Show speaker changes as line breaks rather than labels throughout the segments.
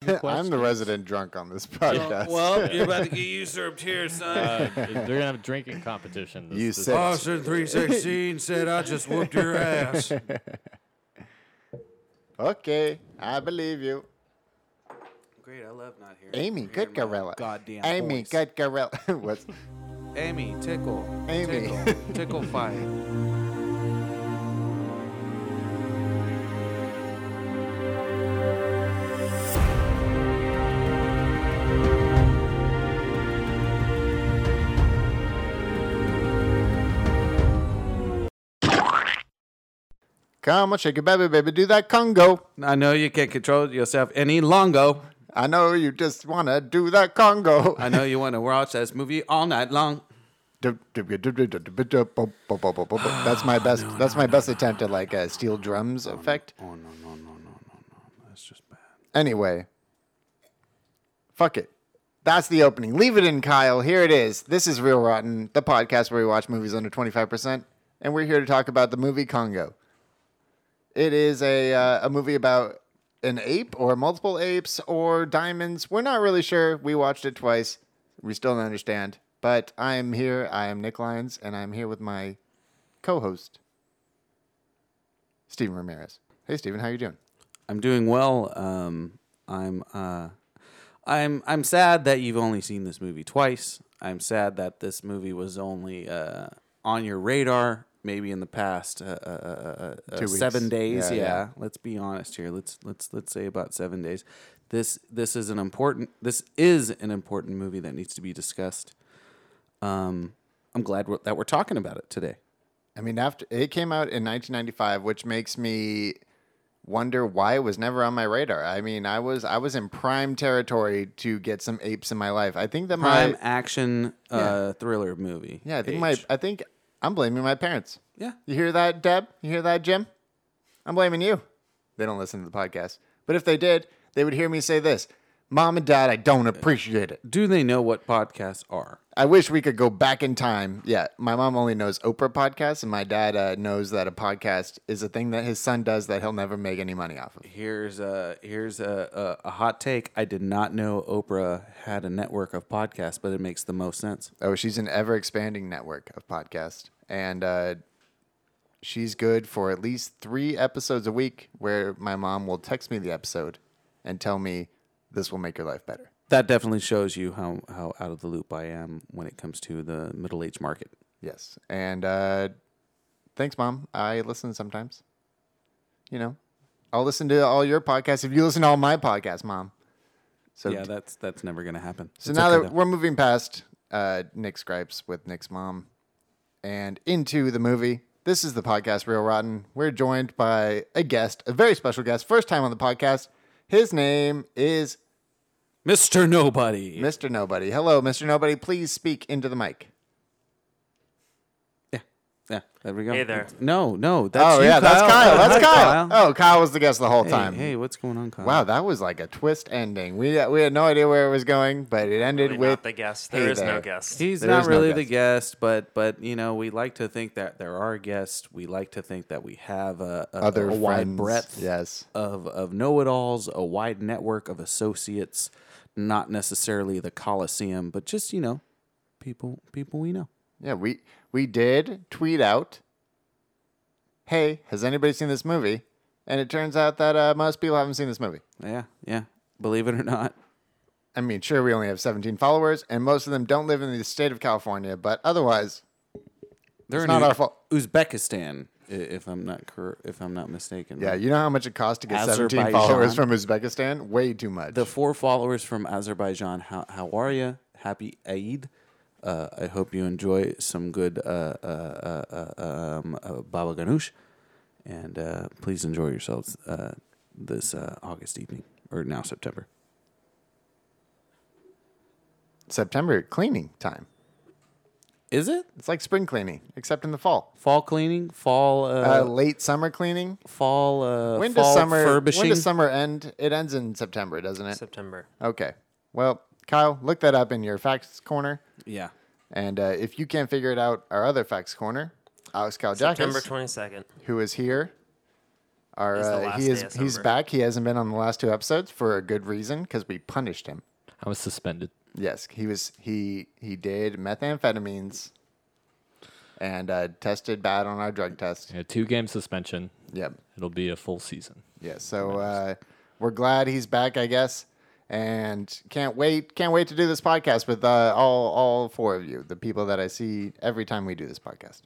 I'm
questions.
the resident drunk on this podcast.
well, you're about to get usurped here, son.
Uh, they're gonna have a drinking competition. This,
You
this-
said-
Austin three sixteen said, "I just whooped your ass."
okay, I believe you.
Great, I love not hearing.
Amy, good
hearing my
gorilla.
Goddamn.
Amy,
voice.
good gorilla. What's
Amy, tickle.
Amy.
Tickle, tickle fire.
come on, shake your baby, baby, do that Congo.
I know you can't control yourself any longer.
I know you just wanna do that Congo.
I know you want to watch this movie all night long.
That's
Ah,
my best. That's my best attempt at like a steel drums effect.
Oh no no no no no no no! That's just bad.
Anyway, fuck it. That's the opening. Leave it in, Kyle. Here it is. This is Real Rotten, the podcast where we watch movies under 25%, and we're here to talk about the movie Congo. It is a, uh, a movie about an ape or multiple apes or diamonds. We're not really sure. We watched it twice. We still don't understand. But I am here. I am Nick Lyons, and I'm here with my co host, Steven Ramirez. Hey, Steven, how you doing?
I'm doing well. Um, I'm uh, I'm I'm sad that you've only seen this movie twice. I'm sad that this movie was only uh, on your radar maybe in the past uh, uh, uh, uh,
Two
uh, seven
weeks.
days.
Yeah,
Yeah,
yeah.
let's be honest here. Let's let's let's say about seven days. This this is an important this is an important movie that needs to be discussed. Um, I'm glad we're, that we're talking about it today.
I mean, after it came out in 1995, which makes me wonder why it was never on my radar. I mean, I was I was in prime territory to get some apes in my life. I think that
Prime
my
action uh, thriller movie.
yeah, I think
Age.
my I think I'm blaming my parents.
yeah.
You hear that, Deb? You hear that, Jim? I'm blaming you. They don't listen to the podcast, but if they did, they would hear me say this: "Mom and Dad, I don't appreciate it.
Do they know what podcasts are?
I wish we could go back in time." Yeah, my mom only knows Oprah podcasts, and my dad uh, knows that a podcast is a thing that his son does that he'll never make any money off of.
Here's a here's a, a, a hot take. I did not know Oprah had a network of podcasts, but it makes the most sense.
Oh, she's an ever expanding network of podcasts. And uh, she's good for at least three episodes a week where my mom will text me the episode and tell me this will make your life better.
That definitely shows you how, how out of the loop I am when it comes to the middle age market.
Yes. And uh, thanks, Mom. I listen sometimes. You know, I'll listen to all your podcasts if you listen to all my podcasts, Mom. So,
Yeah, that's that's never gonna happen.
so now that we're moving past uh, Nick's gripes with Nick's mom and into the movie. This is the podcast Real Rotten. We're joined by a guest, a very special guest, first time on the podcast. His name is
Mr. Nobody.
Mr. Nobody. Hello, Mr. Nobody. Please speak into the mic.
yeah, yeah. There we go.
Hey there.
That's- No, no. That's
oh
you,
yeah, that's Kyle. That's
Hi,
Kyle. Oh, Kyle was the guest the whole
Hey,
time.
Hey, what's going on, Kyle?
Wow, that was like a twist ending. We uh, we had no idea where it was going, but it ended
Really
with
not the guest. There
hey
is
there.
no guest.
He's
There is
not
no
really the guest, but but you know we like to think that there are guests. We like to think that we have a, a,
other
a wide
friends.
breadth
Yes.
of of know-it-alls, a wide network of associates, not necessarily the Coliseum, but just you know people people we know.
Yeah, we we did tweet out, "Hey, has anybody seen this movie?" And it turns out that uh, most people haven't seen this movie.
Yeah, yeah. Believe it or not,
I mean, sure, we only have 17 followers, and most of them don't live in the state of California, but otherwise,
they're
It's
in
not
U-
our fault.
Uzbekistan, i- if I'm not cor- if I'm not mistaken.
yeah,
right?
you know how much it costs to get 17 followers from Uzbekistan? Way too much.
the four followers from Azerbaijan. How how are you? Happy Eid. Uh, I hope you enjoy some good uh, uh, uh, uh, um, uh, baba ganoush, and uh, please enjoy yourselves uh, this uh, August evening or now September.
September cleaning time.
Is it
It's like spring cleaning, except in the fall.
fall cleaning? Fall uh,
Uh, late summer cleaning.
fall uh,
When
fall
does summer?
furbishing?
When does summer end? It ends in September, doesn't it?
September.
Okay. Well, Kyle, look that up in your facts corner.
yeah.
And uh, if you can't figure it out, our other facts corner, Alex Kaljakis,
September 22nd.
who is here Our,
Is the
uh,
last
he
day
is
of
he's
summer.
back. He hasn't been on the last two episodes for a good reason because we punished him.
I was suspended.
Yes, he was he he did methamphetamines and uh, tested bad on our drug test.
Yeah, two game suspension.
Yep.
It'll be a full season.
Yeah. So uh, we're glad he's back, I guess, and can't wait can't wait to do this podcast with uh, all all four of you, the people that I see every time we do this podcast.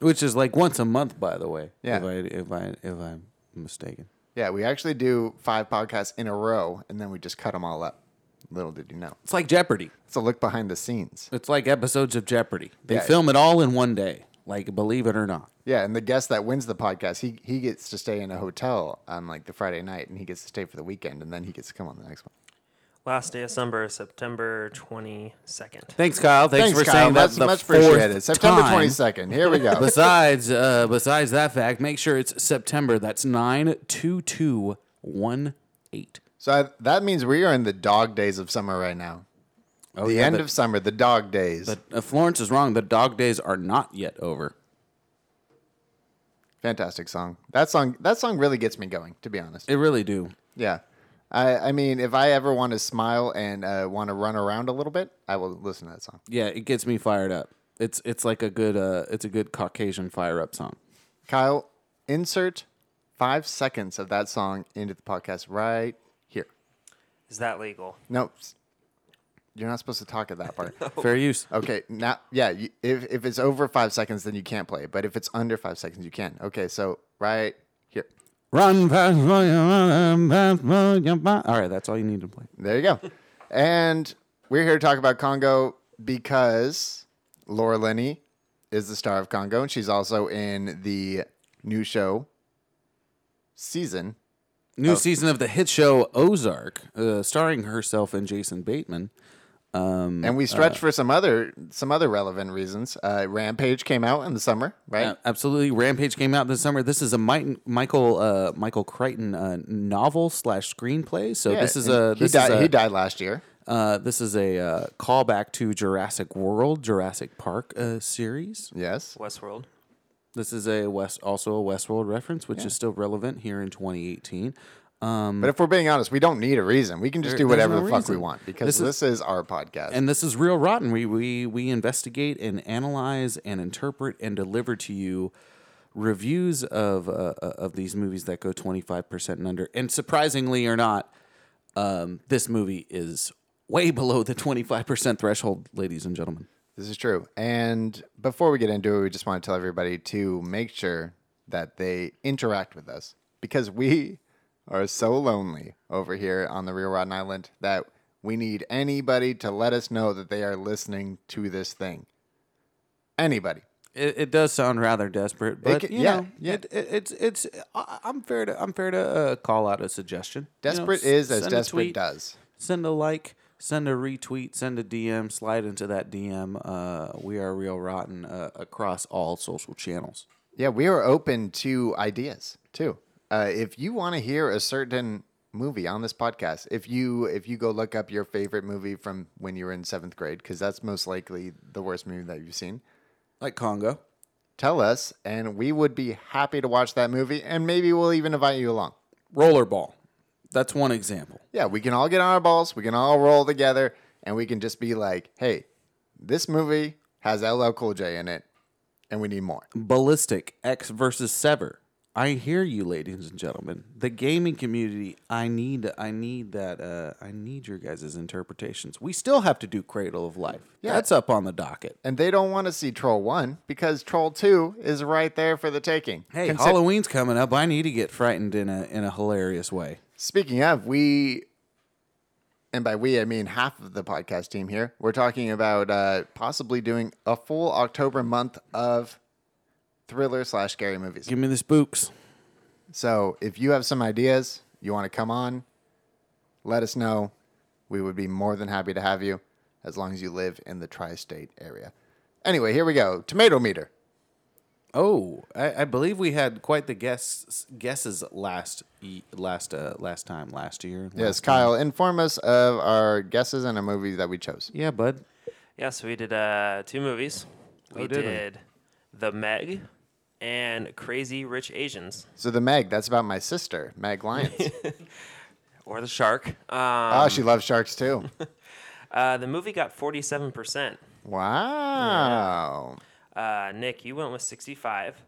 which is like once a month, by the way.
Yeah.
If I if I if I'm mistaken.
Yeah, we actually do five podcasts in a row, and then we just cut them all up. Little did you know.
It's like Jeopardy.
It's a look behind the scenes.
It's like episodes of Jeopardy. They
Yeah.
film it all in one day. Like believe it or not.
Yeah, and the guest that wins the podcast, he he gets to stay in a hotel on like the Friday night, and he gets to stay for the weekend, and then he gets to come on the next one.
Last day of summer, September 22nd.
Thanks, Kyle. Thanks, for saying that.
That's
the
much
fourth
appreciated. September
time.
twenty second. Here we go.
Besides, uh, besides that fact, make sure it's September. That's nine two two one eight.
so I, that means we are in the dog days of summer right now.
Oh,
the
yeah,
end
the-
of summer, the dog days.
But uh, Florence is wrong. The dog days are not yet over.
Fantastic song. That song. That song really gets me going. To be honest.
They really do.
Yeah. I, I mean, if I ever want to smile and uh, want to run around a little bit, I will listen to that song.
Yeah, it gets me fired up. It's it's like a good uh, it's a good Caucasian fire up song.
Kyle, insert five seconds of that song into the podcast right here.
Is that legal?
No, s- you're not supposed to talk at that part.
Fair use.
Okay, now, yeah, you, if, if it's over five seconds, then you can't play. But if it's under five seconds, you can. Okay, so right here.
Run fast, run fast, run your bo- All right, that's all you need to play.
There you go. and we're here to talk about Congo because Laura Linney is the star of Congo, and she's also in the new show season.
New
Oh.
season of the hit show Ozark, uh, starring herself and Jason Bateman. Mm,
and we
uh,
stretched for some other some other relevant reasons. Uh, Rampage came out in the summer, right?
Yeah, Uh, absolutely. Rampage came out this summer. This is a Mi- Michael uh, Michael Crichton uh, novel slash screenplay. So
Yeah,
this is
and
a
he
this
died.
is a,
he died last year.
Uh, this is a uh, callback to Jurassic World, Jurassic Park uh, series.
Yes,
Westworld.
This is a West, also a Westworld reference, which is still relevant here in 2018. Um,
but if we're being honest, we don't need a reason. We can just
There-
do
there's
whatever
no
the fuck we
reason.
want because this
This
is,
is-
our podcast.
and this is real rotten. We we we investigate and analyze and interpret and deliver to you reviews of uh, uh, of these movies that go 25 percent and under. And surprisingly or not, um, this movie is way below the 25 percent threshold, ladies and gentlemen.
this is true. And before we get into it, we just want to tell everybody to make sure that they interact with us because we are so lonely over here on the Real Rotten Island that we need anybody to let us know that they are listening to this thing. Anybody.
It, it does sound rather desperate, but
ca-
you
yeah,
know,
yeah.
It, it, it's it's I, I'm fair to I'm fair to uh, call out a suggestion. You know,
Desperate
s-
is as
send a
desperate
tweet,
does.
Send a like, send a retweet, send a DM, slide into that DM. Uh, we are real rotten uh, across all social channels.
Yeah, we are open to ideas too. Uh, if you want to hear a certain movie on this podcast, if you if you go look up your favorite movie from when you were in seventh grade, because that's most likely the worst movie that you've seen,
Like Congo,
tell us, and we would be happy to watch that movie, and maybe we'll even invite you along.
rollerball. That's one example.
Yeah, we can all get on our balls, we can all roll together, and we can just be like, hey, this movie has LL Cool J in it, and we need more.
Ballistic X versus Sever. I hear you, ladies and gentlemen. The gaming community. I need. I need that. Uh, I need your guys' interpretations. We still have to do Cradle of Life.
Yeah.
That's up on the docket.
And they don't want to see Troll 1 because Troll 2 is right there for the taking.
Hey,
Consi-
Halloween's coming up. I need to get frightened in a in a hilarious way.
Speaking of, we, and by we, I mean half of the podcast team here, we're talking about uh, possibly doing a full October month of thriller slash scary movies.
Give me the spooks.
So if you have some ideas, you want to come on, let us know. We would be more than happy to have you as long as you live in the tri state area. Anyway, here we go. Tomato meter.
Oh, I, I believe we had quite the guess guesses last ye- last uh, last time last year.
Yes,
last-
Kyle, inform us of our guesses and our movies that we chose.
Yeah, bud.
Oh,
Yeah, so we did uh, two movies. We
did we?
did The Meg and Crazy Rich Asians
So the Meg, that's about my sister, Meg Lyons.
or the Shark. Um,
oh, she loves sharks too.
uh, the movie got 47%.
Wow.
Uh, Nick, you went with 65.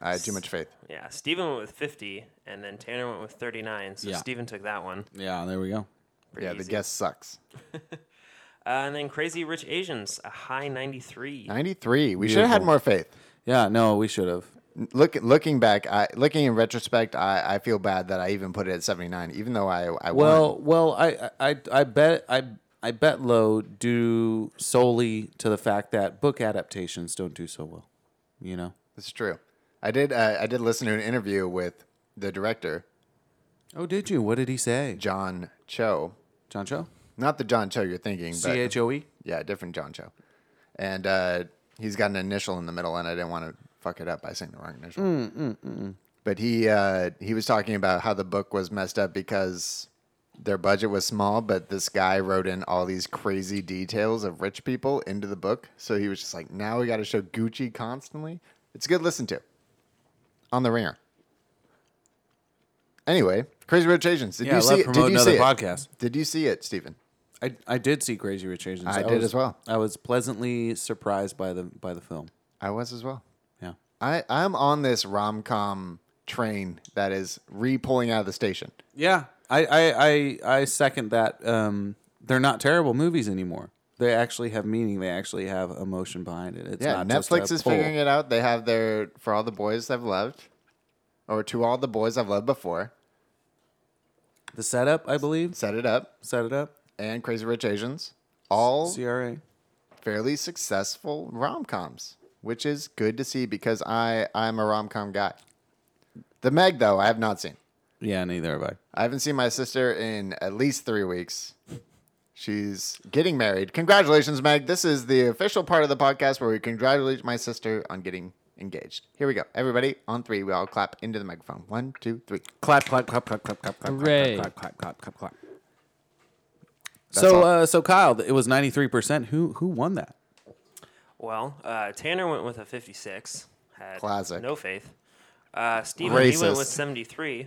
I had too much faith.
Yeah, Steven went with 50, and then Tanner went with 39. So
Yeah.
Steven took that one.
Yeah, there we go.
Pretty
yeah, the
easy.
guess sucks.
Uh, and then Crazy Rich Asians, a high 93.
93. We should have had
Beautiful.
more faith.
Yeah, no, we should have.
Look, looking back, I, looking in retrospect, I, I feel bad that I even put it at 79, even though I, I won.
Well, well, I, I, I- I bet, I, I bet low due solely to the fact that book adaptations don't do so well. You know.
This is true. I did, uh, I did listen to an interview with the director,
Oh, did you? What did he say?
John Cho.
John Cho.
Not the John Cho you're thinking, but
C H O E.
yeah, different John Cho. And uh, he's got an initial in the middle, and I didn't want to fuck it up by saying the wrong initial. But he uh, he was talking about how the book was messed up because their budget was small, but this guy wrote in all these crazy details of rich people into the book. So he was just like, now we got to show Gucci constantly. It's a good listen to. On the ringer. Anyway, Crazy Rich Asians. Did
Yeah,
you
I
see
love
it? Did
promoting
you
other
see it?
podcast.
Did you see it, Stephen?
I, I did see Crazy Rich Asians.
I did
was-
as well.
I was pleasantly surprised by the by the film.
I was as well.
Yeah.
I, I'm on this rom com train that is re pulling out of the station.
Yeah, I I I, I second that. Um, they're not terrible movies anymore. They actually have meaning. They actually have emotion behind it. It's
Yeah,
not just
Netflix
a
is
pull.
figuring it out. They have their For All the Boys I've Loved, or To All the Boys I've Loved Before,
The setup, I believe,
Set It Up,
set it up.
and Crazy Rich Asians. All
CRA.
fairly successful rom coms, which is good to see because I, I'm a rom com guy. The Meg, though, I have not seen.
Yeah, neither have I.
I haven't seen my sister in at least three weeks. She's getting married. Congratulations, Meg. This is the official part of the podcast where we congratulate my sister on getting engaged. Here we go. Everybody on three, we all clap into the microphone. One, two, three.
Clap, clap, clap, clap, clap, clap, clap,
Hooray.
clap, clap, clap, clap, clap.
That's
So,
all.
uh, so Kyle, it was ninety three percent. Who who won that?
Well, uh, Tanner went with a 56. Had
Classic.
No faith. Uh, Steven, he went with
Racist.
73.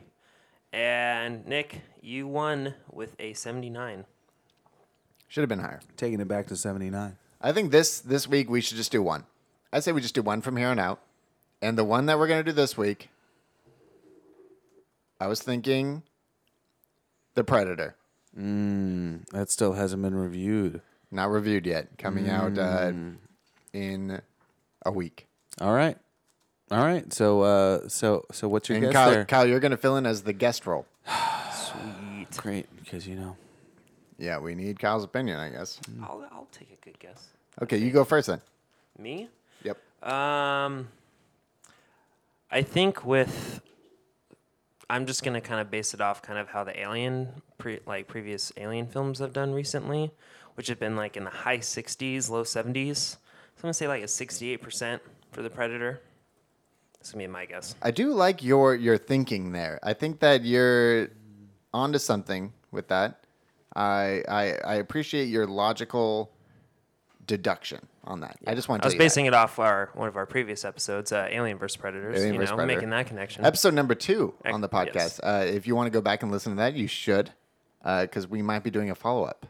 And Nick, you won with a 79.
Should have been higher.
Taking it back to seventy nine.
I think this this week we should just do one. I say we just do one from here on out. And the one that we're gonna do this week, I was thinking The Predator.
That still hasn't been reviewed.
Not reviewed yet. Coming out uh, in a week.
All right, all right. So, uh, so, so, what's your
And
guess
Kyle,
there?
Kyle, you're going to fill in as the guest role.
Sweet.
Great, because you know.
Yeah, we need Kyle's opinion, I guess.
I'll, I'll take a good guess.
Okay, you go first then.
Me?
Yep.
Um, I think with I'm just gonna kind of base it off kind of how the Alien, pre, like previous Alien films have done recently, which have been like in the high 60s, low 70s. So I'm gonna say like a 68 percent for the Predator. This gonna be my guess.
I do like your your thinking there. I think that you're onto something with that. I I, I appreciate your logical deduction on that. I just want
I
to
was basing it off our one of our previous episodes, uh, Alien vs Predators.
Alien
you
vs.
know,
Predator.
making that connection.
episode number two
Ex-
on the podcast.
yes.
Uh, if you want to go back and listen to that, you should, because we might be doing a follow up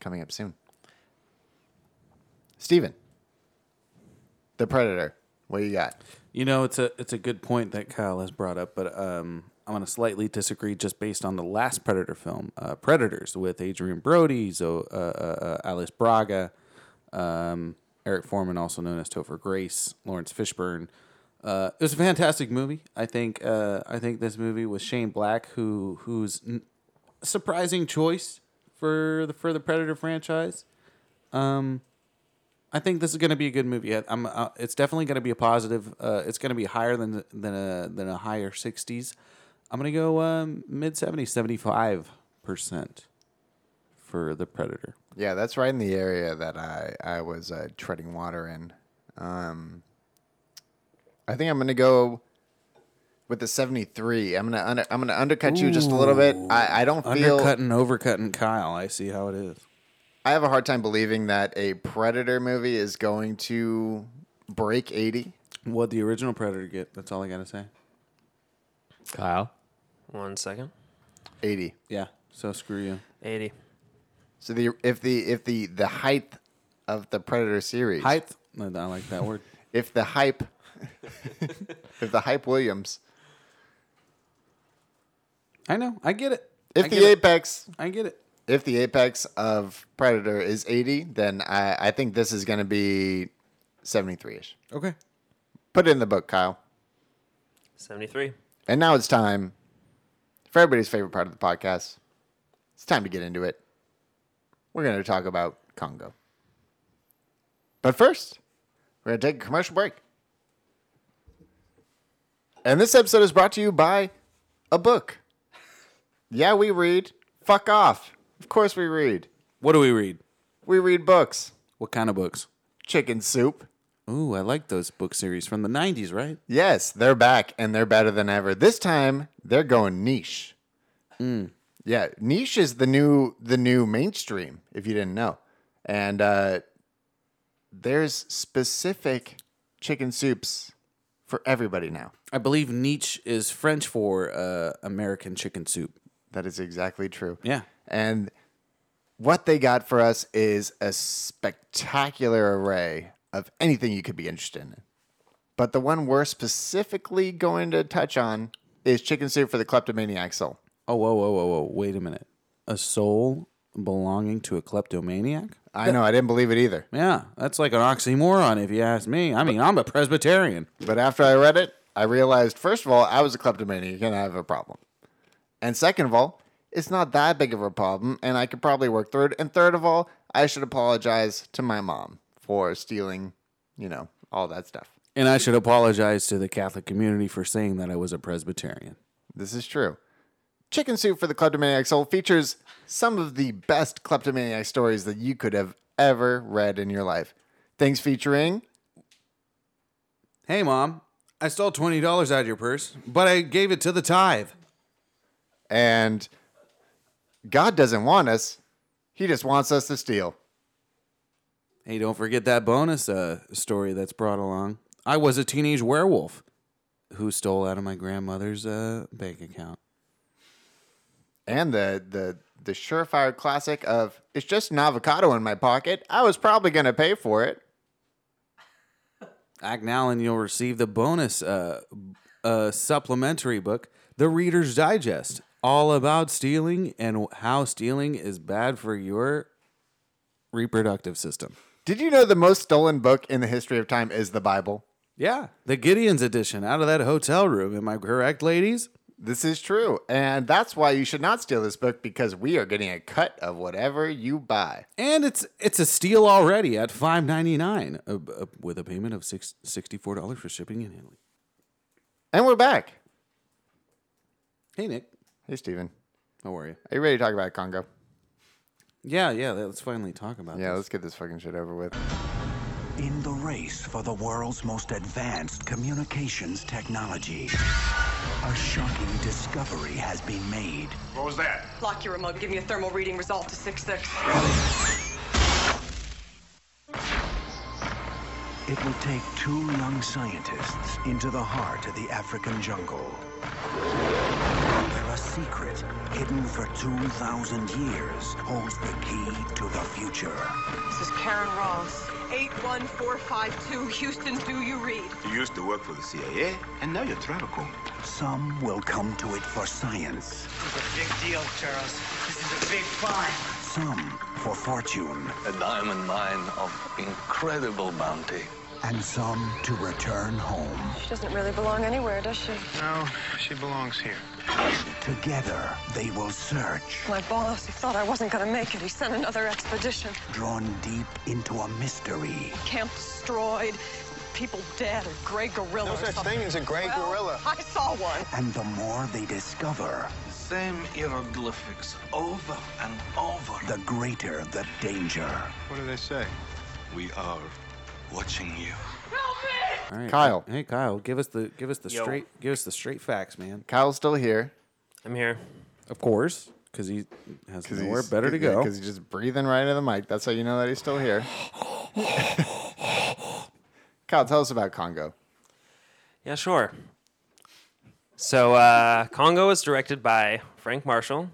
coming up soon. Steven, the Predator. What do you got?
You know, it's a it's a good point that Kyle has brought up, but um, I'm going to slightly disagree just based on the last Predator film, uh, Predators, with Adrian Brody, so uh, uh, uh, Alice Braga, um, Eric Foreman, also known as Topher Grace, Lawrence Fishburne. Uh, it was a fantastic movie. I think uh, I think this movie was Shane Black, who who's n- surprising choice for the for the Predator franchise. I think this is going to be a good movie. I- I'm, uh, it's definitely going to be a positive. Uh, it's going to be higher than than a than a higher sixties. I'm going to go um, mid 70s, 75 percent for the Predator.
Yeah, that's right in the area that I I was uh, treading water in. Um, I think I'm gonna go with the 73. I'm gonna under, I'm gonna undercut you just a little bit. I, I don't feel
Undercutting, overcutting, Kyle. I see how it is.
I have a hard time believing that a Predator movie is going to break 80.
What the original Predator get? That's all I gotta say.
Kyle.
One second.
80.
Yeah. So screw you.
80.
So the if the if the the height of the Predator series,
Height. I I like that word.
if the hype, if the hype Williams,
I know. I get it.
if
I get
the
it.
apex,
I get it.
if the apex of Predator is 80, then I I think this is going to be 73 ish.
Okay.
Put it in the book, Kyle.
73.
And now it's time for everybody's favorite part of the podcast. It's time to get into it. We're going to talk about Congo. But first, we're going to take a commercial break. And this episode is brought to you by a book. Yeah, we read. Fuck off. Of course we read.
What do we read?
We read books.
What kind of books?
Chicken soup.
Ooh, I like those book series from the '90s, right?
Yes, they're back and they're better than ever. This time they're going niche. Yeah, niche is the new the new mainstream. If you didn't know, and uh, there's specific chicken soups for everybody now.
I believe Nietzsche is French for uh, American chicken soup.
That is exactly true.
Yeah.
And what they got for us is a spectacular array of anything you could be interested in. But the one we're specifically going to touch on is chicken soup for the kleptomaniac soul.
Oh, whoa, whoa, whoa, whoa! Wait a minute. A soul belonging to a kleptomaniac?
I know, I didn't believe it either.
Yeah, that's like an oxymoron, if you ask me. I mean, I'm a Presbyterian.
But after I read it, I realized first of all, I was a kleptomaniac and I have a problem. And second of all, it's not that big of a problem and I could probably work through it. And third of all, I should apologize to my mom for stealing, you know, all that stuff.
And I should apologize to the Catholic community for saying that I was a Presbyterian.
This is true. Chicken Soup for the Kleptomaniac Soul features some of the best kleptomaniac stories that you could have ever read in your life. Things featuring
Hey, Mom, I stole $20 out of your purse, but I gave it to the tithe.
and God doesn't want us, He just wants us to steal.
Hey, don't forget that bonus uh, story that's brought along. I was a teenage werewolf who stole out of my grandmother's uh, bank account.
And the the the surefire classic of it's just an avocado in my pocket. I was probably gonna pay for it.
Act now and you'll receive the bonus uh, uh, supplementary book, The Reader's Digest, all about stealing and how stealing is bad for your reproductive system.
Did you know the most stolen book in the history of time is the Bible?
Yeah. The Gideon's edition out of that hotel room. Am I correct, ladies?
This is true. And that's why you should not steal this book because we are getting a cut of whatever you buy.
And it's it's a steal already at five ninety nine uh, uh, with a payment of six, $64 for shipping and handling.
And we're back.
Hey, Nick.
Hey, Steven.
How are you?
Are you ready to talk about Congo?
Yeah, yeah. Let's finally talk about
Yeah,
this.
let's get this fucking shit over with.
In the race for the world's most advanced communications technology, a shocking discovery has been made.
What was that?
Lock your remote. Give me a thermal reading resolve to 6-6.
It will take two young scientists into the heart of the African jungle. Where a secret, hidden for 2,000 years, holds the key to the future.
This is Karen Ross. 81452 Houston, do you read?
You used to work for the CIA, and now you're travel cone.
Some will come to it for science,
This is a big deal, Charles. This is a big find.
some for fortune,
a diamond mine of incredible bounty.
and some to return home.
She doesn't really belong anywhere, does she?
No, she belongs here.
Together, they will search,
My boss, he thought I wasn't gonna make it. He sent another expedition.
drawn deep into a mystery.
Camp destroyed, people dead, or gray gorilla. or
such
something.
thing as a gray
Well,
gorilla.
I saw one.
And the more they discover,
Same hieroglyphics over and over.
the greater the danger.
What do they say?
We are watching you.
All right.
Kyle.
Hey, Kyle. Give us the give us the
Yo.
straight give us the straight facts, man.
Kyle's still here.
I'm here.
Of course, because he has nowhere
he's-
better to
yeah,
go.
he's just breathing right into the mic. That's how you know that he's still here. Kyle, tell us about Congo.
Yeah, sure. So uh, Congo is directed by Frank Marshall,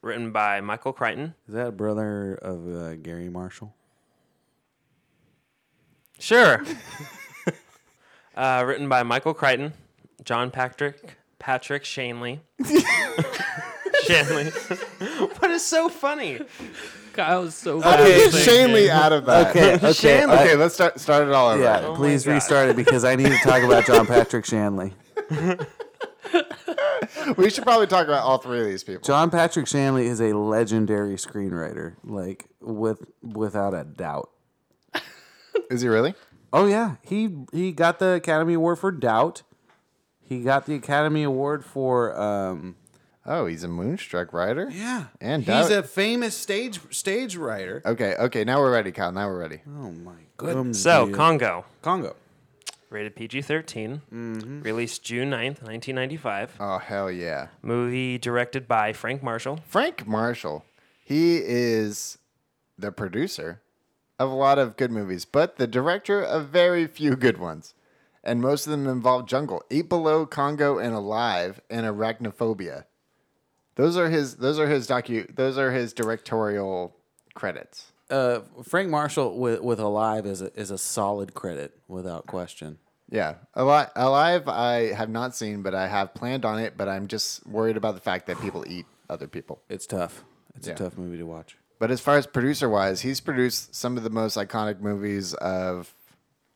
written by Michael Crichton.
Is that a brother of uh, Gary Marshall?
Sure. uh, written by Michael Crichton, John Patrick, Patrick Shanley. Shanley. what is so funny?
Kyle's so
Okay,
bad.
Shanley out of that.
Okay, okay,
Shanley.
I-
Okay, let's start start it all over.
Yeah,
Oh my
please
God.
restart it because I need to talk about John Patrick Shanley.
We should probably talk about all three of these people.
John Patrick Shanley is a legendary screenwriter, like with without a doubt.
Is he really?
Oh yeah, he he got the Academy Award for Doubt. He got the Academy Award for um
Oh, he's a Moonstruck writer.
yeah,
And
he's
Doubt.
a famous stage stage writer.
Okay, okay, now we're ready, Kyle. Now we're ready.
Oh my goodness.
So Congo,
Congo.
rated PG-13, released June 9th, 1995.
Oh hell yeah,
Movie directed by Frank Marshall.
Frank Marshall. He is the producer of a lot of good movies, but the director of very few good ones. And most of them involve jungle, Eight Below, Congo, and Alive, and Arachnophobia. Those are his. Those are his docu. Those are his directorial credits.
Uh, Frank Marshall with with Alive is a, is a solid credit without question.
Yeah, Alive. Alive. I have not seen, but I have planned on it. But I'm just worried about the fact that people eat other people.
It's tough. It's
Yeah.
a tough movie to watch.
But as far as producer wise, he's produced some of the most iconic movies of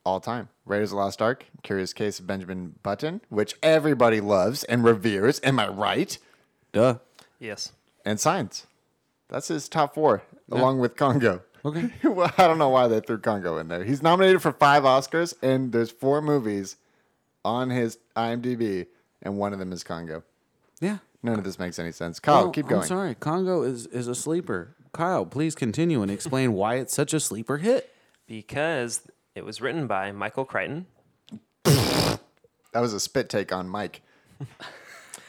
all time Raiders of the Lost Ark, Curious Case of Benjamin Button, which everybody loves and reveres. Am I right?
Duh.
Yes.
And Science. That's his top four, along with Congo.
Okay.
well, I don't know why they threw Congo in there. He's nominated for five Oscars, and there's four movies on his IMDb, and one of them is Congo.
Yeah.
None of this makes any sense. Kyle,
Well,
Oh, keep going.
Oh, I'm sorry. Congo is is a sleeper. Kyle, please continue and explain why it's such a sleeper hit.
Because it was written by Michael Crichton.
That was a spit take on Mike.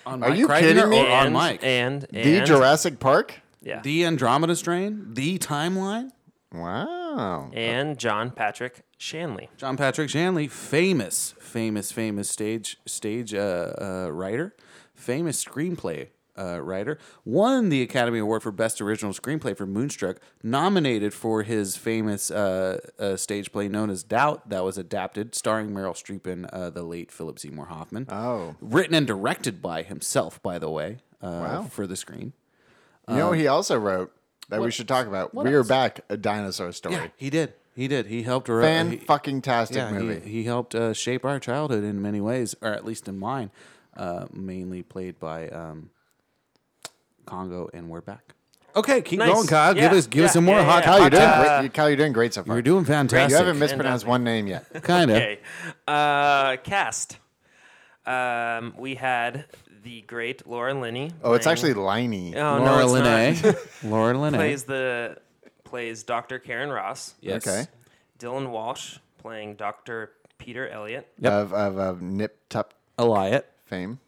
On
Are you kidding me?
Or on
and,
Mike?
And, and
The Jurassic Park?
yeah.
The Andromeda Strain, the timeline.
Wow.
and John Patrick Shanley.
John Patrick Shanley, famous, famous, famous stage stage uh, uh, writer, famous screenplay uh, writer, won the Academy Award for Best Original Screenplay for Moonstruck, nominated for his famous uh, uh, stage play known as Doubt, that was adapted, starring Meryl Streep and uh, the late Philip Seymour Hoffman.
Oh.
Written and directed by himself, by the way, uh, for the screen.
You
Um,
know, what he also wrote that we should talk about. We are back, a dinosaur story.
Yeah, he did. He did. He helped. her-
Fan
he-
fucking tastic
yeah,
movie.
He, he helped uh, shape our childhood in many ways, or at least in mine. Uh, mainly played by um, Congo, and we're back. Okay, keep
Nice.
going, Kyle. give
Yeah,
us give us
yeah,
some more
yeah,
hot.
yeah.
Kyle, you're
Hot
doing
take.
great. You, Kyle, you're doing great so far.
Uh, You're doing
great.
fantastic.
You haven't mispronounced one name yet.
kind of.
Okay. Uh, cast. Um, we had the great Laura Linney.
Oh, it's
playing-
actually Liney.
Oh, no,
Laura
it's not.
Linnea. Laura Linnea.
plays the plays Dr. Karen Ross.
Yes.
Okay.
Dylan Walsh playing Dr. Peter Elliott.
Yep.
Of, of, of Nip Tup
Eliot.
fame.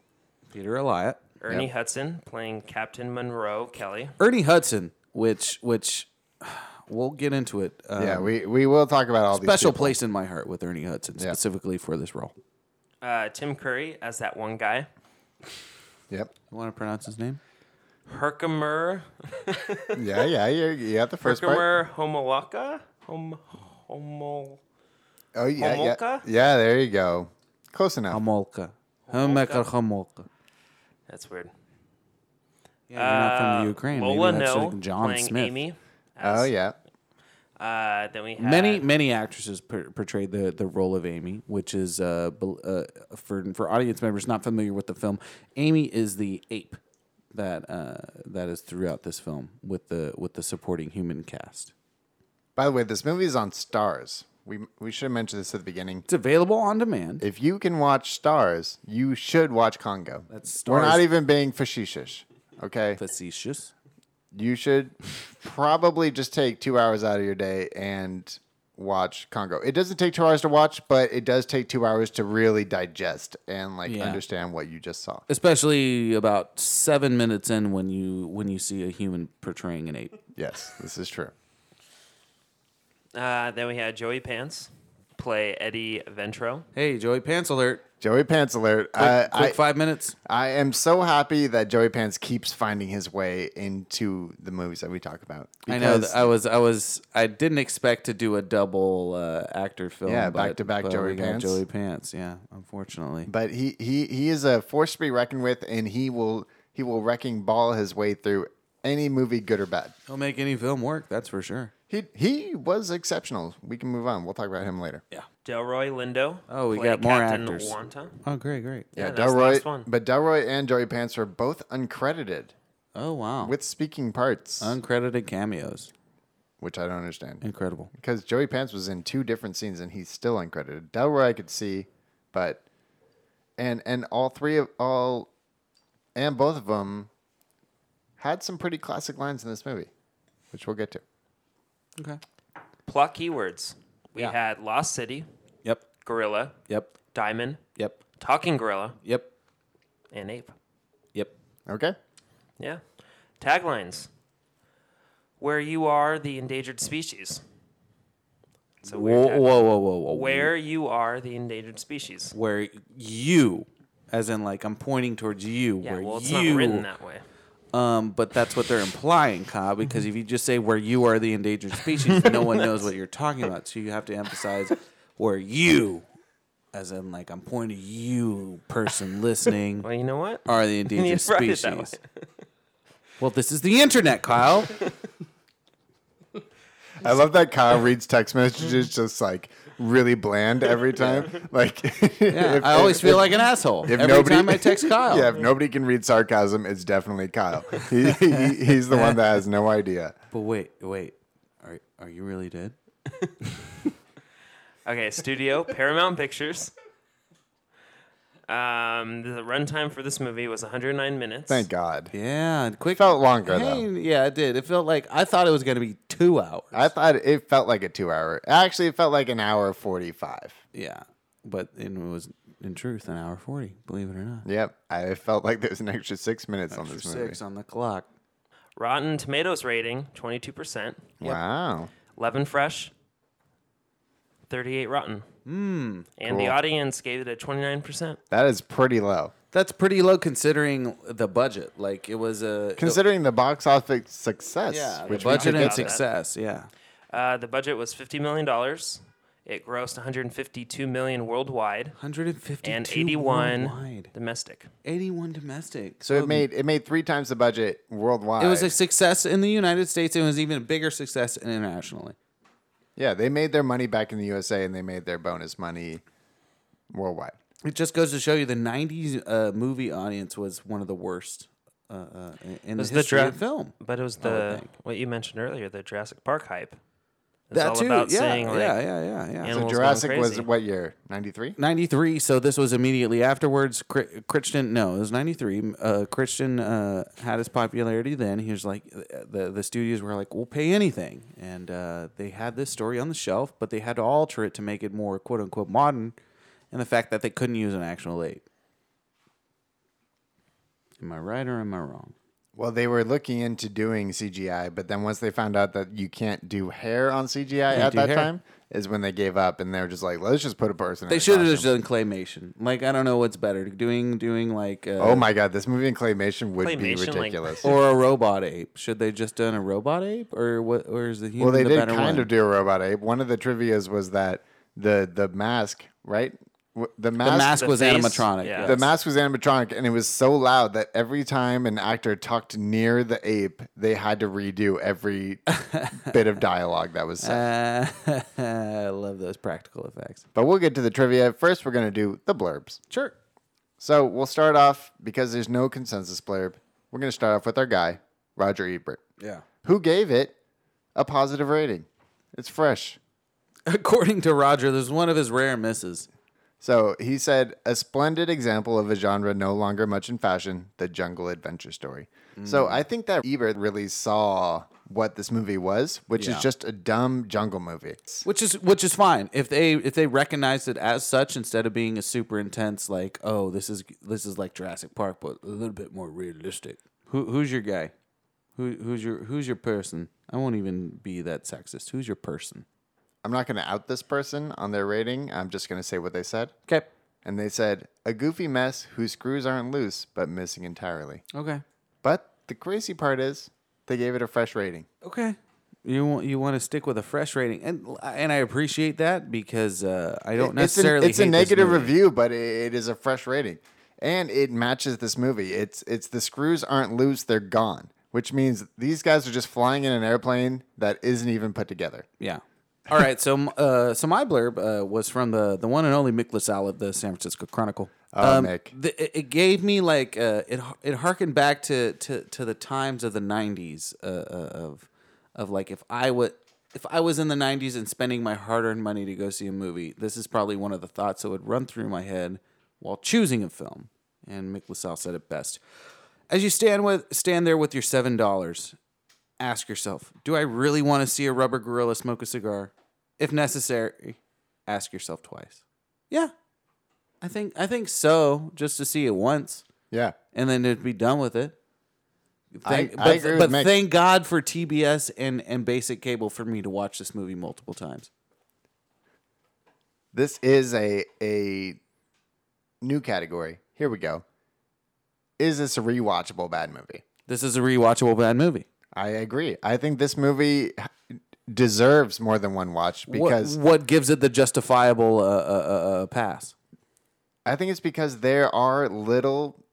Peter Eliot.
Ernie Hudson playing Captain Monroe Kelly.
Ernie Hudson, which which we'll get into it. Um,
yeah, we, we will talk about all
special
these. people.
place in my heart with Ernie Hudson
Yeah.
specifically for this role.
Uh, Tim Curry as that one guy.
Yep.
You want to pronounce his name?
Herkimer
Yeah, yeah, you you got the first part.
Herkimer Homolaka? Hom Homo
Oh, yeah, yeah.
Homolka?
Yeah, there you go. Close enough.
Homolka. Homolka. Homolka.
That's weird.
Yeah, you're not from
Uh,
the Ukraine.
Lola
Maybe that's
No
like John
playing
Smith.
Amy.
Oh, yeah.
Uh, then we had
Many many actresses per- portrayed the, the role of Amy, which is uh, bel- uh, for for audience members not familiar with the film. Amy is the ape that uh, that is throughout this film with the with the supporting human cast.
By the way, this movie is on Stars. We, we should have mentioned this at the beginning.
It's available on demand.
if you can watch stars, you should watch Congo.
That's
We're
Stars.
not even being facetious. Okay.
Facetious.
You should probably just take two hours out of your day and watch Congo. It doesn't take two hours to watch, but it does take two hours to really digest and like
Yeah.
understand what you just saw.
Especially about seven minutes in when you when you see a human portraying an ape.
Yes, this is true.
Uh, then we had Joey Pants play Eddie Ventro.
Hey, Joey Pants alert.
Joey Pants alert. Uh,
Quick
I,
five minutes.
I am so happy that Joey Pants keeps finding his way into the movies that we talk about.
I know.
Because-
That I was. I was. I didn't expect to do a double uh, actor film.
Yeah,
but-
back-to-back
but
Joey
we got
Pants.
Joey Pants. Yeah, unfortunately.
but he, he he is a force to be reckoned with, and he will he will wrecking ball his way through any movie, good or bad.
He'll make any film work. That's for sure.
He he was exceptional. We can move on. We'll talk about him later.
Delroy Lindo.
Oh, we got
played
more
Captain
actors.
Wanta.
Oh, great, great.
Yeah,
that's the
Delroy,
last one.
but Delroy and Joey Pants were both uncredited
Oh wow.
with speaking parts,
uncredited cameos.
which I don't understand
Incredible.
because Joey Pants was in two different scenes and he's still uncredited. Delroy I could see, but and and all three of all and both of them had some pretty classic lines in this movie, which we'll get to.
Okay.
Plot keywords. We
Yeah.
had Lost City,
Yep.
Gorilla,
Yep.
Diamond,
Yep.
Talking Gorilla,
Yep.
and Ape.
Yep.
Okay,
Yeah. Taglines. Where you are the endangered species. It's a weird
Whoa,
tag.
whoa, whoa, whoa, whoa.
Where you are the endangered species.
Where you, as in like I'm pointing towards you.
Yeah,
where
well, it's
you,
not written that way.
Um, but that's what they're implying, Ka, because
Mm-hmm.
if you just say where you are the endangered species, no one knows what you're talking about. So you have to emphasize where you, as in like I'm pointing to you, person listening,
Well, you know what?
are the endangered
write it that way.
species. Well, this is the internet, Kyle.
I love that Kyle reads text messages just like really bland every time. Like,
Yeah, I always feel like an asshole
If
every
nobody,
time I text Kyle.
yeah, if nobody can read sarcasm, it's definitely Kyle. He, he, he's the one that has no idea.
But wait, wait, are are you really dead?
Okay, studio Paramount Pictures. Um, the runtime for this movie was 109 minutes.
Thank God.
Yeah, and quick.
Felt longer,
Hey,
though.
Yeah, it did. It felt like I thought it was gonna be two hours.
I thought it felt like a two hour. Actually, it felt like an hour 45.
yeah, but it was in truth an hour forty. Believe it or not.
Yep. I felt like there was an extra six minutes on this movie.
Six on the clock.
Rotten Tomatoes rating 22%,
Wow.
11 fresh, 38 rotten. Mm,
Hmm,
and the
cool.
audience gave it a 29%.
That is pretty low.
That's pretty low considering the budget. Like it was a
Considering the box office success,
yeah, the
which we
budget
should
and
get to.
success. Yeah,
Uh, the budget was $50 million. It grossed 152 million worldwide
hundred and fifty
and 81 domestic.
eighty-one domestic.
So it made it made three times the budget worldwide.
It was a success in the United States. It was even a bigger success internationally.
yeah, they made their money back in the USA and they made their bonus money worldwide.
It just goes to show you the '90s uh, movie audience was one of the worst uh, uh, in the
was the
history
dra-
of film. Oh,
But it was
I would
the
think.
what you mentioned earlier, the Jurassic Park hype. It's
that
all
too.
about
yeah,
saying like
yeah, yeah, yeah, yeah.
So
Animals going
Jurassic was
crazy.
what year? Ninety three.
93 so this was immediately afterwards Cri- christian no it was 93 uh, christian uh, had his popularity then he was like uh, the, the studios were like we'll pay anything and uh, they had this story on the shelf but they had to alter it to make it more quote unquote modern and the fact that they couldn't use an actual ape am i right or am i wrong
Well, they were looking into doing CGI, but then once they found out that you can't do hair on CGI at
do
that
hair.
time, is when they gave up and they were just like, let's just put a person. in
they
a
should have just
costume."
done claymation like i don't know what's better doing doing like uh,
Oh my god, this movie in claymation would be
Claymation, like-
ridiculous.
or a robot ape should they just done a robot ape or what or is the human
well, they
the
did
better
kind
one?
of do a robot ape. One of the trivia's was that the the mask, right? W- The mask.
the mask
the
was
face,
animatronic.
yeah.
The mask was animatronic, and it was so loud that every time an actor talked near the ape, they had to redo every bit of dialogue that was said.
Uh, I love those practical effects.
But we'll get to the trivia. First, we're going to do the blurbs.
Sure.
So we'll start off because there's no consensus blurb. We're going to start off with our guy, Roger Ebert,
Yeah.
who gave it a positive rating. It's fresh.
According to Roger, this is one of his rare misses.
So he said, a splendid example of a genre no longer much in fashion, the jungle adventure story. So I think that Ebert really saw what this movie was, which
Yeah.
is just a dumb jungle movie.
Which is which is fine if they if they recognized it as such instead of being a super intense like oh this is this is like Jurassic Park but a little bit more realistic. Who who's your guy? Who who's your who's your person? I won't even be that sexist. Who's your person?
I'm not going to out this person on their rating. I'm just going to say what they said.
Okay.
and they said a goofy mess whose screws aren't loose but missing entirely.
Okay.
But the crazy part is they gave it a fresh rating.
Okay. You want you want to stick with a fresh rating, and and I appreciate that because uh, I don't
It- it's an-
necessarily.
It's a,
hate this
negative
movie.
review, but it is a fresh rating, and it matches this movie. It's it's the screws aren't loose; they're gone, which means these guys are just flying in an airplane that isn't even put together.
Yeah. All right. So m- uh, so my blurb uh, was from the the one and only Mick LaSalle of the San Francisco Chronicle. Um,
Oh, Mick.
the- it- it gave me like uh, it. har- It harkened back to to, to the times of the '90s uh, uh, of of like if I would if I was in the '90s and spending my hard earned money to go see a movie, this is probably one of the thoughts that would run through my head while choosing a film. And Mick LaSalle said it best. As you stand with stand there with your seven dollars, ask yourself, do I really want to see a rubber gorilla smoke a cigar? If necessary, ask yourself twice. Yeah. I think I think so, just to see it once
Yeah,
and then to be done with it.
I-
Thank-
I
but
agree with
but
Mick.
thank God for TBS and, and basic cable for me to watch this movie multiple times.
this is a a new category. Here we go. Is this a rewatchable bad movie?
This is a rewatchable bad movie.
I agree. I think this movie deserves more than one watch
What-
because
what, gives it the justifiable uh, uh, uh, uh, pass?
I think it's because there are little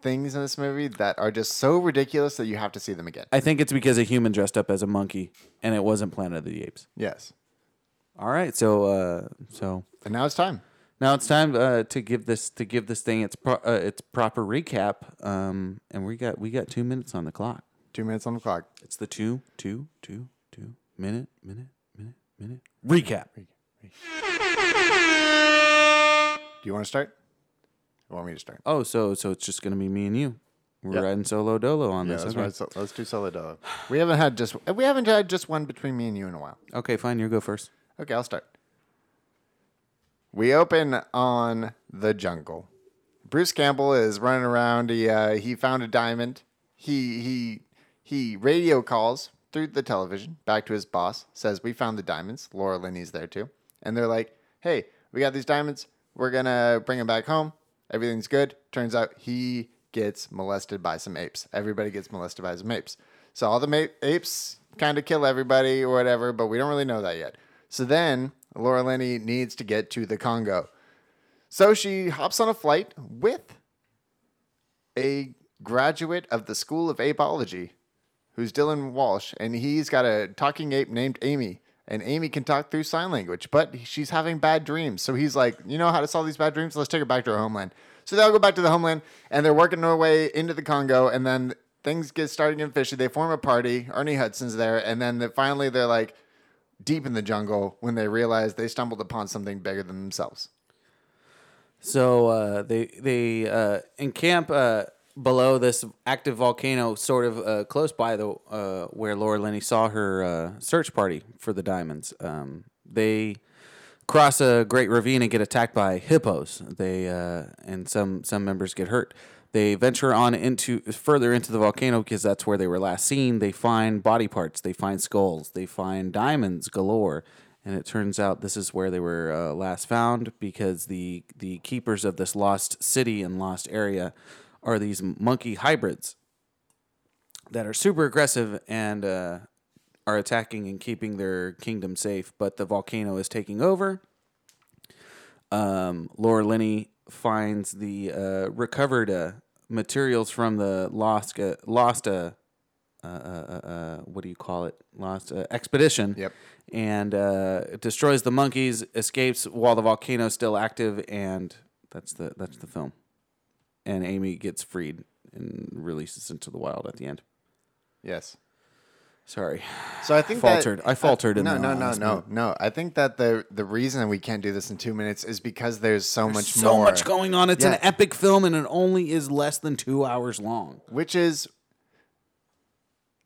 things in this movie that are just so ridiculous that you have to see them again.
I think it's because a human dressed up as a monkey and it wasn't Planet of the Apes.
Yes.
All right, so uh, so
And now it's time.
Now it's time uh, to give this to give this thing its pro- uh, its proper recap. Um, and we got we got two minutes on the clock.
Two minutes on the clock.
It's the two two two two minute minute minute minute recap.
Do you want to start? You want me to start?
Oh, so so it's just gonna be me and you. We're
Yep.
riding solo dolo on
Yeah,
this.
let's,
Okay.
ride so- let's do solo dolo. We haven't had just we haven't had just one between me and you in a while.
okay, fine. You go first.
Okay, I'll start. We open on the jungle. Bruce Campbell is running around. He uh, he found a diamond. He he he radio calls through the television back to his boss. Says we found the diamonds. Laura Linney's there too, and they're like, "Hey, we got these diamonds. We're gonna bring them back home. Everything's good." Turns out he gets molested by some apes. Everybody gets molested by some apes. So all the ma- apes kind of kill everybody or whatever, but we don't really know that yet. So then Laura Linney needs to get to the Congo. So she hops on a flight with a graduate of the School of Apology, who's Dylan Walsh, and he's got a talking ape named Amy. And Amy can talk through sign language, but she's having bad dreams. So he's like, you know how to solve these bad dreams? Let's take her back to her homeland. So they all go back to the homeland, and they're working their way into the Congo, and then things get starting getting fishy. They form a party. Ernie Hudson's there, and then the, finally they're like deep in the jungle when they realize they stumbled upon something bigger than themselves.
So uh, they they uh, encamp uh, below this active volcano, sort of uh, close by the uh, where Laura Linney saw her uh, search party for the diamonds. Um, they cross a great ravine and get attacked by hippos. They uh, and some some members get hurt. They venture on into further into the volcano because that's where they were last seen. They find body parts. They find skulls. They find diamonds galore. And it turns out this is where they were uh, last found because the the keepers of this lost city and lost area are these monkey hybrids that are super aggressive and uh, are attacking and keeping their kingdom safe, but the volcano is taking over. Um, Laura Linney finds the uh, recovered uh, materials from the lost uh, lost uh, uh, uh, uh, uh, what do you call it lost uh, expedition.
Yep.
And uh, destroys the monkeys, escapes while the volcano is still active, and that's the that's the film. And Amy gets freed and releases into the wild at the end.
Yes.
Sorry.
So I think
Faltered.
That,
I faltered in
No,
the
no, no,
last
no,
minute.
no. I think that the the reason we can't do this in two minutes is because there's so much
so
more.
much going on. It's
Yeah.
an epic film, and it only is less than two hours long.
which is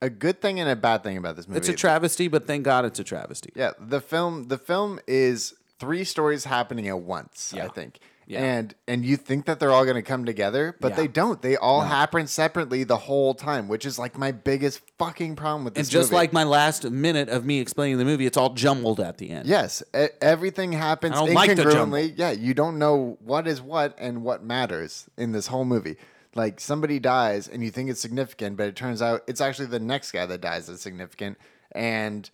a good thing and a bad thing about this movie.
It's a travesty, but thank God it's a travesty.
Yeah, the film the film is three stories happening at once, I think.
Yeah.
and and you think that they're all going to come together, but
Yeah.
they don't. They all happen separately the whole time, which is like my biggest fucking problem with this.
And just
movie.
like my last minute of me explaining the movie, it's all jumbled at the end.
Yes, e- everything happens
I don't like the
incongruently. yeah, you don't know what is what and what matters in this whole movie. Like somebody dies and you think it's significant, but it turns out it's actually the next guy that dies that's significant, and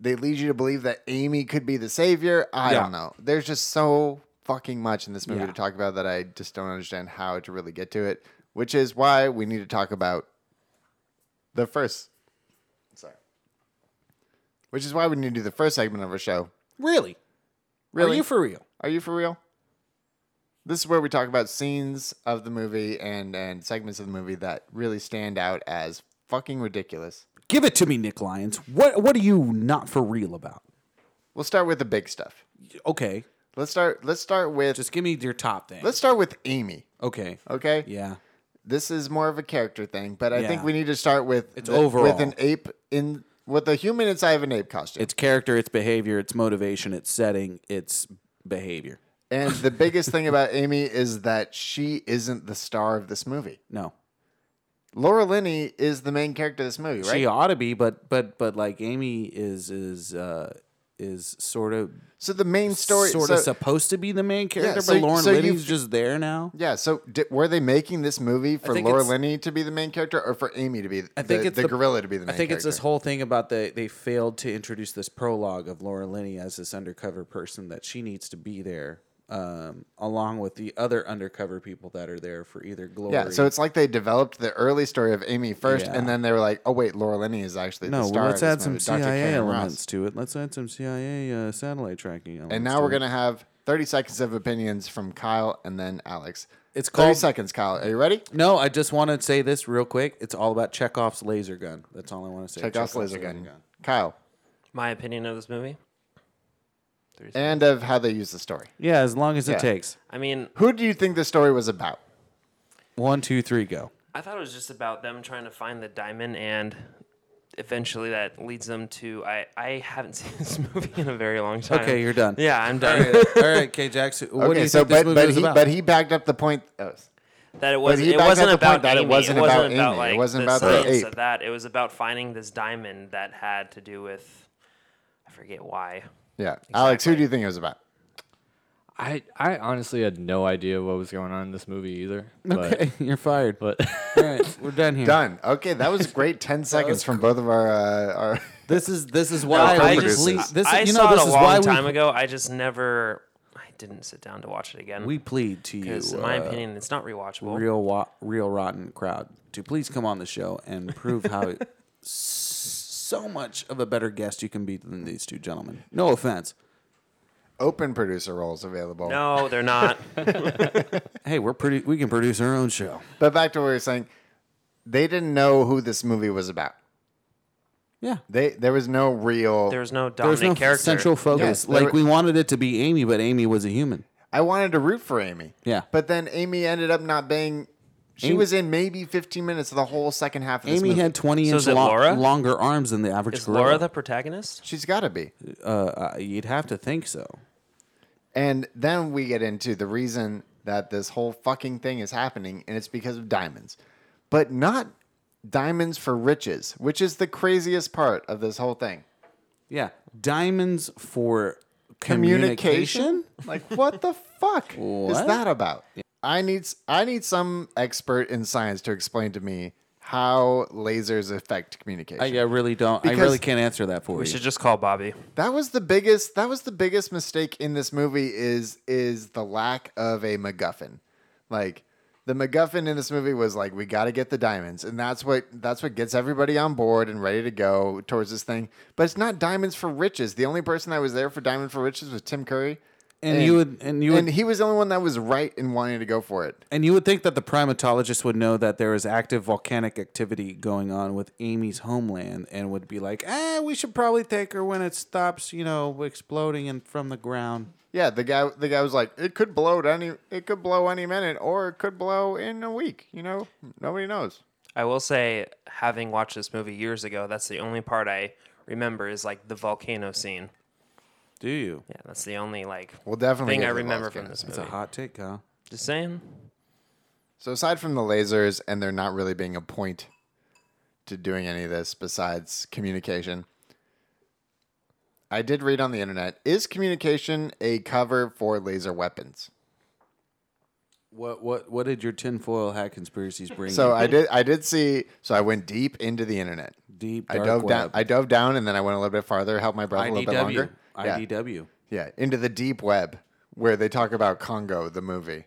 they lead you to believe that Amy could be the savior. I
Yeah.
don't know. There's just so fucking much in this movie
Yeah.
to talk about that I just don't understand how to really get to it, which is why we need to talk about the first. Sorry. Which is why we need to do the first segment of our show,
Really?
Really?
Are you for real?
are you for real? This is where we talk about scenes of the movie and and segments of the movie that really stand out as fucking ridiculous.
Give it to me, Nick Lyons. What What are you not for real about?
We'll start with the big stuff.
Okay,
Let's start let's start with
just give me your top thing.
let's start with Amy,
okay.
okay?
Yeah.
This is more of a character thing, but I think
Yeah.
we need to start with
It's
the- with
overall.
an ape in with a human inside of an ape costume.
It's character, it's behavior, it's motivation, it's setting, it's behavior.
and the biggest thing about Amy is that she isn't the star of this movie.
No,
Laura Linney is the main character of this movie, right?
she ought to be, but but but like Amy is is uh is sort of
so the main story
sort
so,
of supposed to be the main character,
so-
but Lauren
so you-
Linney's just there now.
Yeah, so di were they making this movie for
think
Laura
it's-
Linney to be the main character or for Amy to be
I think
the,
it's
the, gorilla to be the main
I think
character?
it's this whole thing about the they failed to introduce this prologue of Laura Linney as this undercover person that she needs to be there, um, along with the other undercover people that are there for either glory.
Yeah, so it's like they developed the early story of Amy first,
Yeah.
and then they were like, "Oh wait, Laura Linney is actually
no,
the
well,
star."
let's
of this
add some
movie, Dr.
CIA
Karen Ross."
elements to it. Let's add some CIA uh, satellite tracking elements.
And now
to
we're
it.
gonna have thirty seconds of opinions from Kyle and then Alex.
It's
thirty
called-
seconds, Kyle. Are you ready?
No, I just want to say this real quick. It's all about Chekhov's laser gun. That's all I want to say.
Take off laser gun, Kyle,
My opinion of this movie.
and of how they use the story.
Yeah, as long as
Yeah.
it takes.
I mean,
Who do you think the story was about?
One, two, three, go.
I thought it was just about them trying to find the diamond, and eventually that leads them to. I I haven't seen this movie in a very long time.
Okay, you're done.
Yeah, I'm done.
all right, K. Jackson. What do
okay,
you
so
think this
but
movie
but
was
he
about?
but he backed up the point. Oh,
that it was
he
it
backed
wasn't
up the point
about
that it
Amy.
wasn't
it wasn't
about
about
Amy. It
like
wasn't
the
about the
science
ape.
of that. It was about finding this diamond that had to do with I forget why.
yeah, Alex, who do you think it was about?
I I honestly had no idea what was going on in this movie either. but-
Okay, you're fired.
But,
all right, we're done here.
Done. Okay, that was a great ten seconds from both of our uh, our.
This is this is why
I
we
just-
please. This,
I
you know,
saw
this
it a
is
long
why
time
we,
ago. I just never. I didn't sit down to watch it again.
we plead to you,
because in my
uh,
opinion, it's not rewatchable.
real wa- real rotten crowd, to please come on the show and prove how s- so much of a better guest you can be than these two gentlemen. No offense.
open producer roles available.
no, they're not.
Hey, we're pretty. We can produce our own show.
But back to what we were saying, they didn't know who this movie was about.
Yeah.
They there was no real.
There's no dominant
There's no
character.
central
Yes,
focus.
there
like
were-
we wanted it to be Amy, but Amy was a human.
I wanted to root for Amy.
Yeah.
But then Amy ended up not being. She
Amy-
was in maybe 15 minutes of the whole second half of this
Amy
movie.
had 20
So
inch
is it
lo-
Laura?
longer arms than the average
Is
gorilla.
Laura the protagonist?
She's got to be.
uh, uh, you'd have to think so.
And then we get into the reason that this whole fucking thing is happening, and it's because of diamonds, but not diamonds for riches, which is the craziest part of this whole thing.
Yeah, diamonds for
communication?
communication.
like what the fuck is
What?
that about? I need s- I need some expert in science to explain to me how lasers affect communication.
I, I really don't. I
Because-
really can't answer that for
We
you.
should just call Bobby.
That was the biggest that was the biggest mistake in this movie is is the lack of a MacGuffin. Like the MacGuffin in this movie was like we got to get the diamonds, and that's what that's what gets everybody on board and ready to go towards this thing. But it's not diamonds for riches. The only person that was there for diamond for riches was Tim Curry,
And you would- and you
and
would-
he was the only one that was right in wanting to go for it.
and you would think that the primatologist would know that there is active volcanic activity going on with Amy's homeland, and would be like, "Ah, we should probably take her when it stops, you know, exploding and from the ground."
Yeah, the guy the guy was like, it could blow at any it could blow any minute, or it could blow in a week. You know, nobody knows.
I will say, having watched this movie years ago, that's the only part I remember is like the volcano scene.
Do you?
Yeah, that's the only like
We'll definitely
thing
get
I
to the
remember
Lost
from
Canvas.
this
It's a
movie.
hot take, Kyle.
Just saying.
So aside from the lasers and there not really being a point to doing any of this besides communication, I did read on the internet is communication a cover for laser weapons?
What what what did your tinfoil hat conspiracies bring?
So
you?
I did I did see so I went deep into the internet.
deep
I
dark
dove down
web.
I dove down and then I went a little bit farther, held my breath a little bit
IDW.
longer. Yeah.
IDW.
Yeah, into the deep web where they talk about Congo, the movie.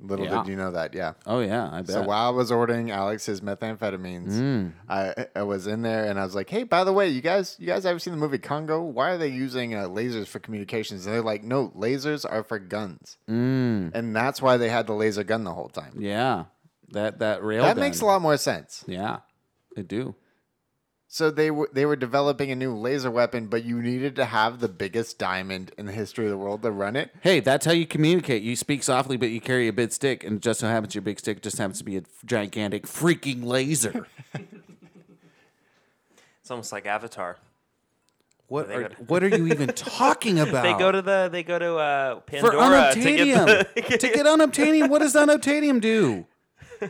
Little
Yeah.
did you know that, yeah.
Oh yeah, I bet.
So while I was ordering Alex his methamphetamines, I, I was in there and I was like, "Hey, by the way, you guys, you guys ever seen the movie Congo? Why are they using uh, lasers for communications?" And they're like, "No, lasers are for guns, and that's why they had the laser gun the whole time."
Yeah, that that rail.
that makes a lot more sense.
Yeah, I do.
So they were they were developing a new laser weapon, but you needed to have the biggest diamond in the history of the world to run it.
Hey, that's how you communicate. You speak softly, but you carry a big stick, and it just so happens your big stick just happens to be a gigantic freaking laser.
It's almost like Avatar.
What
They
are
go to-
what are you even talking about?
They go to the they go to uh,
Oh. for
Pandora to get the
unobtainium to get unobtainium. What does unobtainium do?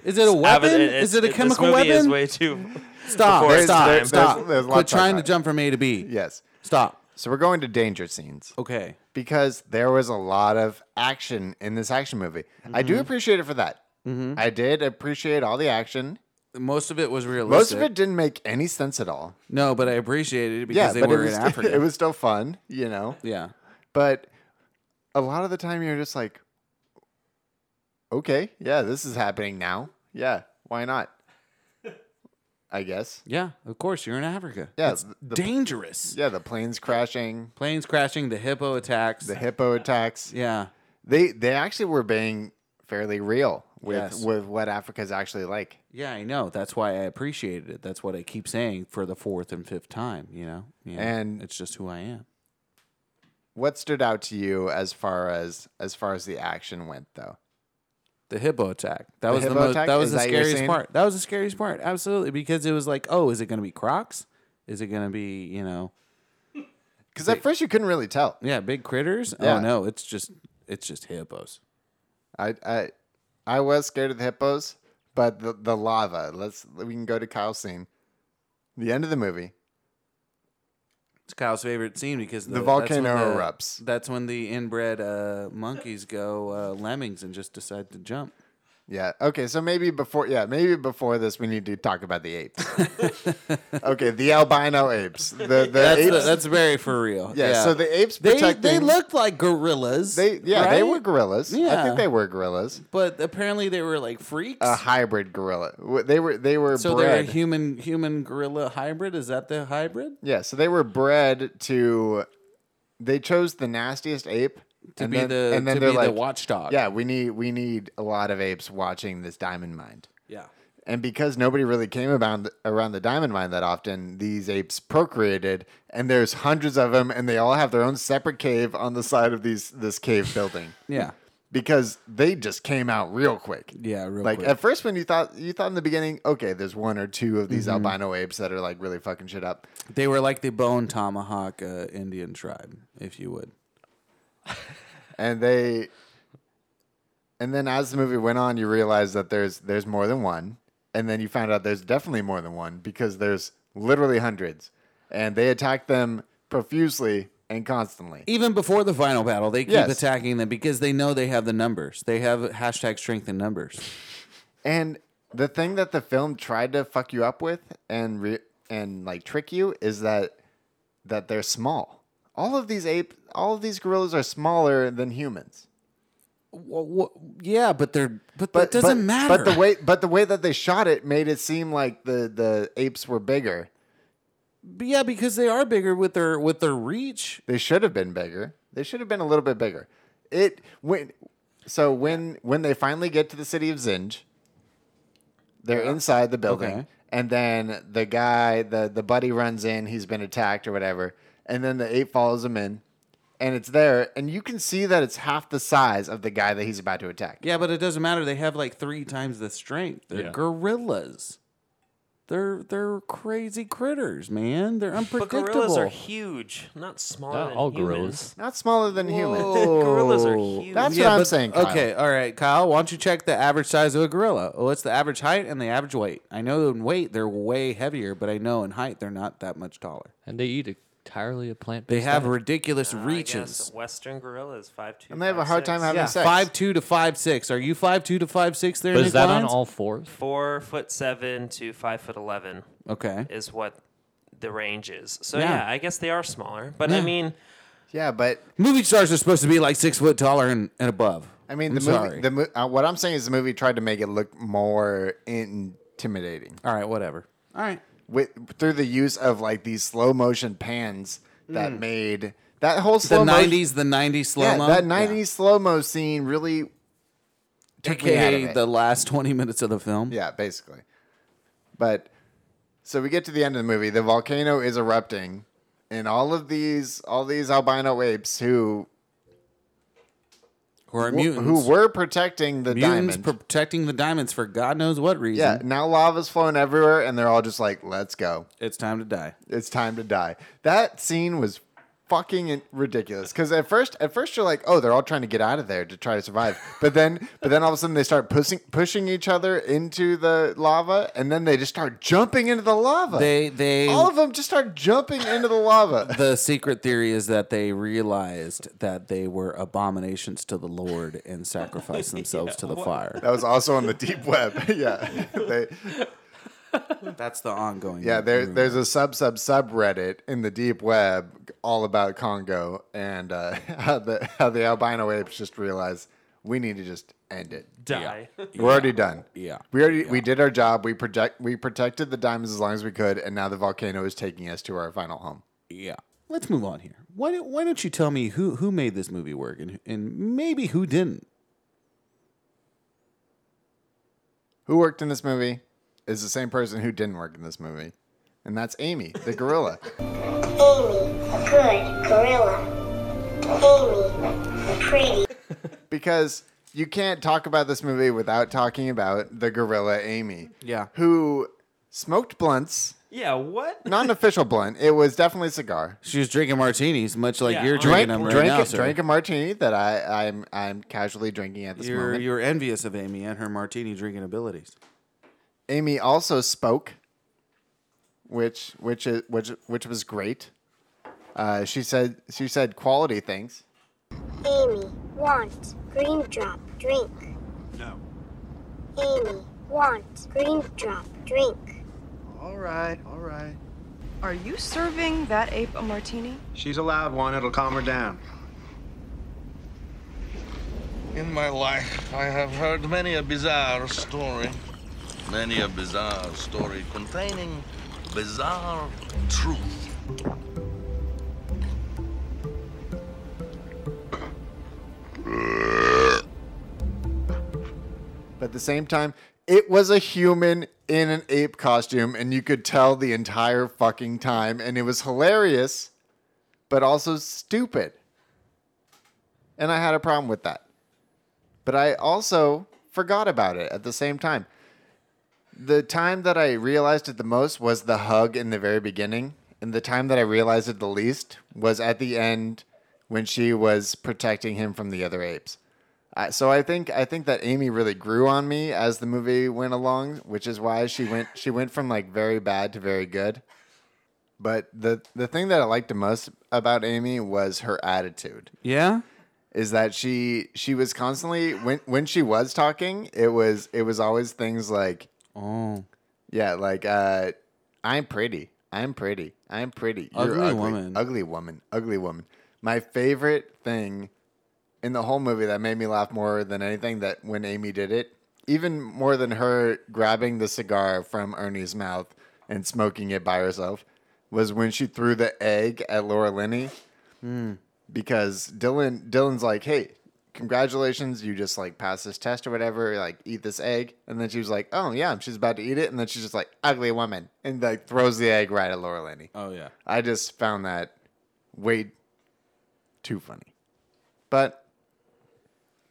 Is it a weapon?
Ava-
is it a
this
chemical
movie Is
weapon?
way too.
stop!
before its
Stop!
time. There's-
stop!
there's- there's
Quit
lots of
trying to
that.
jump from A to B.
Yes.
Stop.
So we're going to danger scenes.
Okay.
because there was a lot of action in this action movie. I
Mm-hmm.
do appreciate it for that. I did appreciate all the action.
Most of it was realistic.
Most of it didn't make any sense at all.
No, but I appreciated it because
Yeah,
they
but
were
it was,
in Africa.
it was still fun, you know.
yeah.
But a lot of the time you're just like, okay, yeah, this is happening now. Yeah, why not? I guess.
Yeah, of course you're in Africa.
Yeah,
That's
th- the-
dangerous.
Yeah, the planes crashing,
Planes crashing, the hippo attacks.
the hippo attacks.
yeah.
They they actually were being fairly real with
Yes.
with what Africa's actually like.
Yeah, I know. That's why I appreciated it. That's what I keep saying for the fourth and fifth time, you know. Yeah,
And-
it's just who I am.
What stood out to you as far as as far as the action went, though?
The hippo attack. That
The
was the
hippo
most
attack?
that was
Is
the
that your
scariest
scene?
part. That was the scariest part. Absolutely because it was like, "Oh, is it going to be crocs? Is it going to be, you know,
Because at first you couldn't really tell.
yeah, big critters?" Oh
Yeah.
no, it's just it's just hippos.
I I I was scared of the hippos, but the the lava. Let's we can go to Kyle's scene. The end of the movie.
It's Kyle's favorite scene because the,
The volcano
that's when the-
erupts.
That's when the inbred uh, monkeys go uh, lemmings and just decide to jump.
Yeah. Okay. So maybe before yeah maybe before this we need to talk about the apes. okay, the albino apes. The the
That's
apes.
the- that's very for real.
yeah, So the apes
they
protecting.
they looked like gorillas.
They yeah they
right?
were gorillas. I
Yeah.
think they were gorillas.
but apparently they were like freaks.
A hybrid gorilla. W- They were they were
so they're a
bred.
human human gorilla hybrid. Is that the hybrid?
Yeah, so they were bred to. They chose the nastiest ape
To be the- to be the watchdog.
Yeah, we need we need a lot of apes watching this diamond mine.
Yeah.
And because nobody really came about around the diamond mine that often, these apes procreated, and there's hundreds of them, and they all have their own separate cave on the side of these this cave building
Yeah.
because they just came out real quick.
Yeah, real
like
quick.
at first when you thought you thought in the beginning, okay, there's one or two of these
Mm-hmm.
albino apes that are like really fucking shit up.
They were like the bone tomahawk uh, Indian tribe, if you would.
and they and then as the movie went on you realize that there's there's more than one and then you found out there's definitely more than one because there's literally hundreds and they attack them profusely and constantly
Even before the final battle, they keep
Yes.
attacking them because they know they have the numbers. They have hashtag strength in numbers.
and the thing that the film tried to fuck you up with and re- and like trick you is that that they're small all of these ape all of these gorillas are smaller than humans
Well, well, yeah, but they're
but
but, that doesn't
but-
matter.
But the way but the way that they shot it made it seem like the the apes were bigger.
But yeah, because they are bigger with their with their reach.
They should have been bigger. They should have been a little bit bigger. It when so when when they finally get to the city of Zinj, they're inside the building,
Okay.
and then the guy the the buddy runs in. He's been attacked or whatever, and then the ape follows him in. And it's there, and you can see that it's half the size of the guy that he's about to attack.
Yeah, but it doesn't matter. They have like three times the strength. They're
Yeah.
gorillas. They're they're crazy critters, man. They're
But
unpredictable.
gorillas are huge, not smaller
Not
than
all
humans.
gorillas.
Not smaller than human.
gorillas are huge.
That's
Yeah,
what I'm
but-
saying. Kyle.
Okay, all right, Kyle. Why don't you check the average size of a gorilla? What's the average height and the average weight? I know in weight they're way heavier, but I know in height they're not that much taller.
And they eat entirely a plant
They
based
have ridiculous
Uh, I guess
reaches.
Western gorillas, five two.
And they have a hard time having
Yeah,
sex.
five two to five six. Are you five two to five six? There,
But
Nick
is that on
Lyons?
all fours?
four foot seven to five foot eleven
Okay.
is what the range is. So
Yeah.
yeah, I guess they are smaller. But I
Yeah.
mean,
Yeah, but
Movie stars are supposed to be like six foot taller and, and above.
I mean,
I'm
the
sorry.
movie. The mo- uh, what I'm saying is the movie tried to make it look more intimidating
all right, whatever. All right.
with through the use of like these slow motion pans that made that whole
Mm. The
slow motion.
nineties, the nineties slow
Yeah,
mo.
that 90s slow mo scene really. took me out of
aka
it.
the last twenty minutes of the film.
Yeah, basically. But so we get to the end of the movie. The volcano is erupting, and all of these all these albino apes who
who are
who
mutants.
were protecting the
mutants
diamond.
protecting the diamonds for God knows what reason.
yeah, now lava's flowing everywhere, and they're all just like, "Let's go!
It's time to die.
It's time to die." That scene was fucking in- ridiculous. Because at first, at first you're like, "Oh, they're all trying to get out of there to try to survive," but then, but then all of a sudden they start pushing pushing each other into the lava, and then they just start jumping into the lava.
They they
all of them just start jumping into the lava.
the secret theory is that they realized that they were abominations to the Lord and sacrificed themselves to the fire.
That was also on the deep web. yeah, they,
That's the ongoing.
yeah. There, there's a sub sub subreddit in the deep web all about Congo and uh, how the how the albino apes just realize we need to just end it.
die.
We're already done.
Yeah.
we already we did our job. We project we protected the diamonds as long as we could, and now the volcano is taking us to our final home.
yeah. Let's move on here. Why don't, why don't you tell me who who made this movie work and and maybe who didn't?
Who worked in this movie is the same person who didn't work in this movie, and that's Amy, the gorilla.
Amy, a good gorilla. Amy, a pretty
because you can't talk about this movie without talking about the gorilla Amy.
Yeah.
Who smoked blunts,
Yeah, what?
not an official blunt. It was definitely a cigar.
She was drinking martinis, much like
Yeah,
you're
on-
drinking
Drank,
them right
drank,
now,
a,
sir.
drank a martini that I, I'm I'm casually drinking at this
you're
moment.
you're envious of Amy and her martini drinking abilities.
Amy also spoke, which which is which which was great. Uh, she said she said quality things.
Amy, want green drop drink.
No.
Amy, want green drop drink.
All right, all right.
Are you serving that ape a martini?
She's allowed one. It'll calm her down.
In my life, I have heard many a bizarre story. Many a bizarre story containing bizarre truth.
But at the same time, it was a human in an ape costume, and you could tell the entire fucking time. And it was hilarious, but also stupid. And I had a problem with that. But I also forgot about it at the same time. The time that I realized it the most was the hug in the very beginning. And the time that I realized it the least was at the end when she was protecting him from the other apes. I, so I think I think that Amy really grew on me as the movie went along, which is why she went she went from like very bad to very good. But the the thing that I liked the most about Amy was her attitude.
Yeah.
Is that she she was constantly when when she was talking, it was it was always things like
Oh.
yeah, like uh, I'm pretty. I'm pretty. I'm pretty.
Ugly woman.
Ugly woman. Ugly woman. My favorite thing in the whole movie that made me laugh more than anything that when Amy did it, even more than her grabbing the cigar from Ernie's mouth and smoking it by herself, was when she threw the egg at Laura Linney. Because Dylan Dylan's like, hey, congratulations, you just like passed this test or whatever, like eat this egg. And then she was like, Oh yeah, she's about to eat it, and then she's just like, ugly woman, and like throws the egg right at Laura Linney.
Oh yeah.
I just found that way too funny. But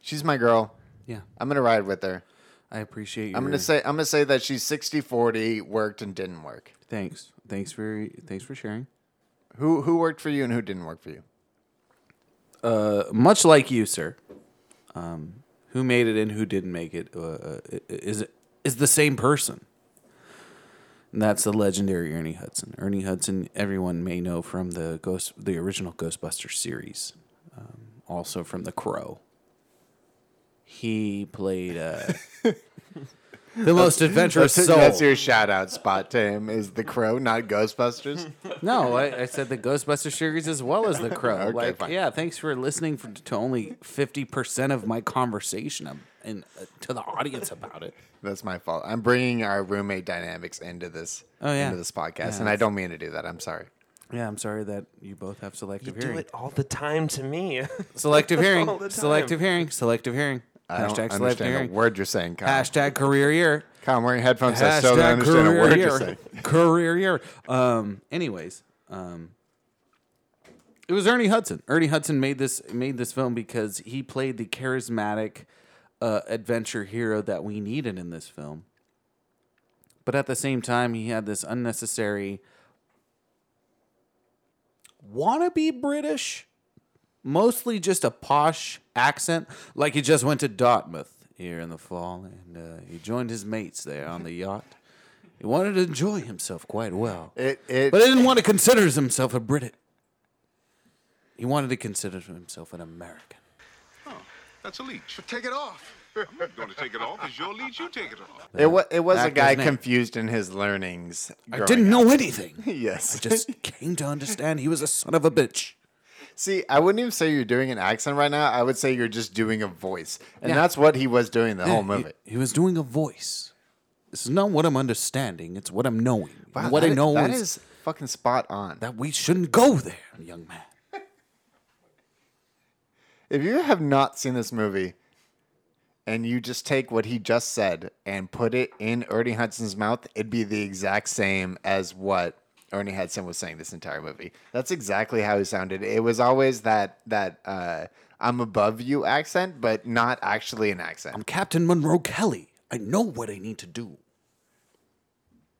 she's my girl.
Yeah.
I'm gonna ride with her.
I appreciate you.
I'm gonna say I'm gonna say that she's 60-40, worked and didn't work.
Thanks. Thanks for thanks for sharing.
Who who worked for you and who didn't work for you?
Uh, much like you, sir. Um, who made it and who didn't make it uh, uh, is is the same person. And that's the legendary Ernie Hudson. Ernie Hudson, everyone may know from the Ghost, the original Ghostbusters series, um, also from The Crow. He played uh, the most adventurous
that's,
soul.
That's your shout out spot to him is the crow, not Ghostbusters.
No, I, I said the Ghostbuster series as well as the Crow.
Okay,
like,
fine.
yeah, thanks for listening for, to only fifty percent of my conversation um, and uh, to the audience about it.
That's my fault. I'm bringing our roommate dynamics into this
Oh, yeah.
into this podcast,
Yeah,
and I
that's-
don't mean to do that. I'm sorry.
Yeah, I'm sorry that you both have
You
selective
do
hearing.
it all the time to me.
Selective
All the
hearing.
time.
Selective hearing. Selective hearing.
I don't
Hashtag selective
understand a
hearing.
word you're saying, Kyle.
Hashtag career year.
Kyle, I'm wearing headphones. so I still don't understand a word you're saying.
Career year. Um, anyways, um, it was Ernie Hudson. Ernie Hudson made this made this film because he played the charismatic uh, adventure hero that we needed in this film. But at the same time, he had this unnecessary wannabe British, mostly just a posh accent, like he just went to Dartmouth here in the fall and uh, he joined his mates there on the yacht. He wanted to enjoy himself quite well,
It it
but he didn't want to consider himself a Brit. He wanted to consider himself an American.
That's a leech. But take it off. I'm not going to take it off. It's your leech. You take it off.
it, wa- it was a
Actor's
guy
name.
confused in his learnings.
I didn't know anything.
Yes.
I just came to understand he was a son of a bitch.
See, I wouldn't even say you're doing an accent right now. I would say you're just doing a voice. And
Yeah.
that's what he was doing the whole
Yeah, he-
movie.
He, was doing a voice. This is not what I'm understanding. It's what I'm knowing.
Wow,
what
that
I
i-
know
that
is,
is fucking spot on.
that we shouldn't go there, young man.
If you have not seen this movie and you just take what he just said and put it in Ernie Hudson's mouth, it'd be the exact same as what Ernie Hudson was saying this entire movie. That's exactly how he sounded. It was always that that uh, I'm above you accent, but not actually an accent.
I'm Captain Monroe Kelly. I know what I need to do.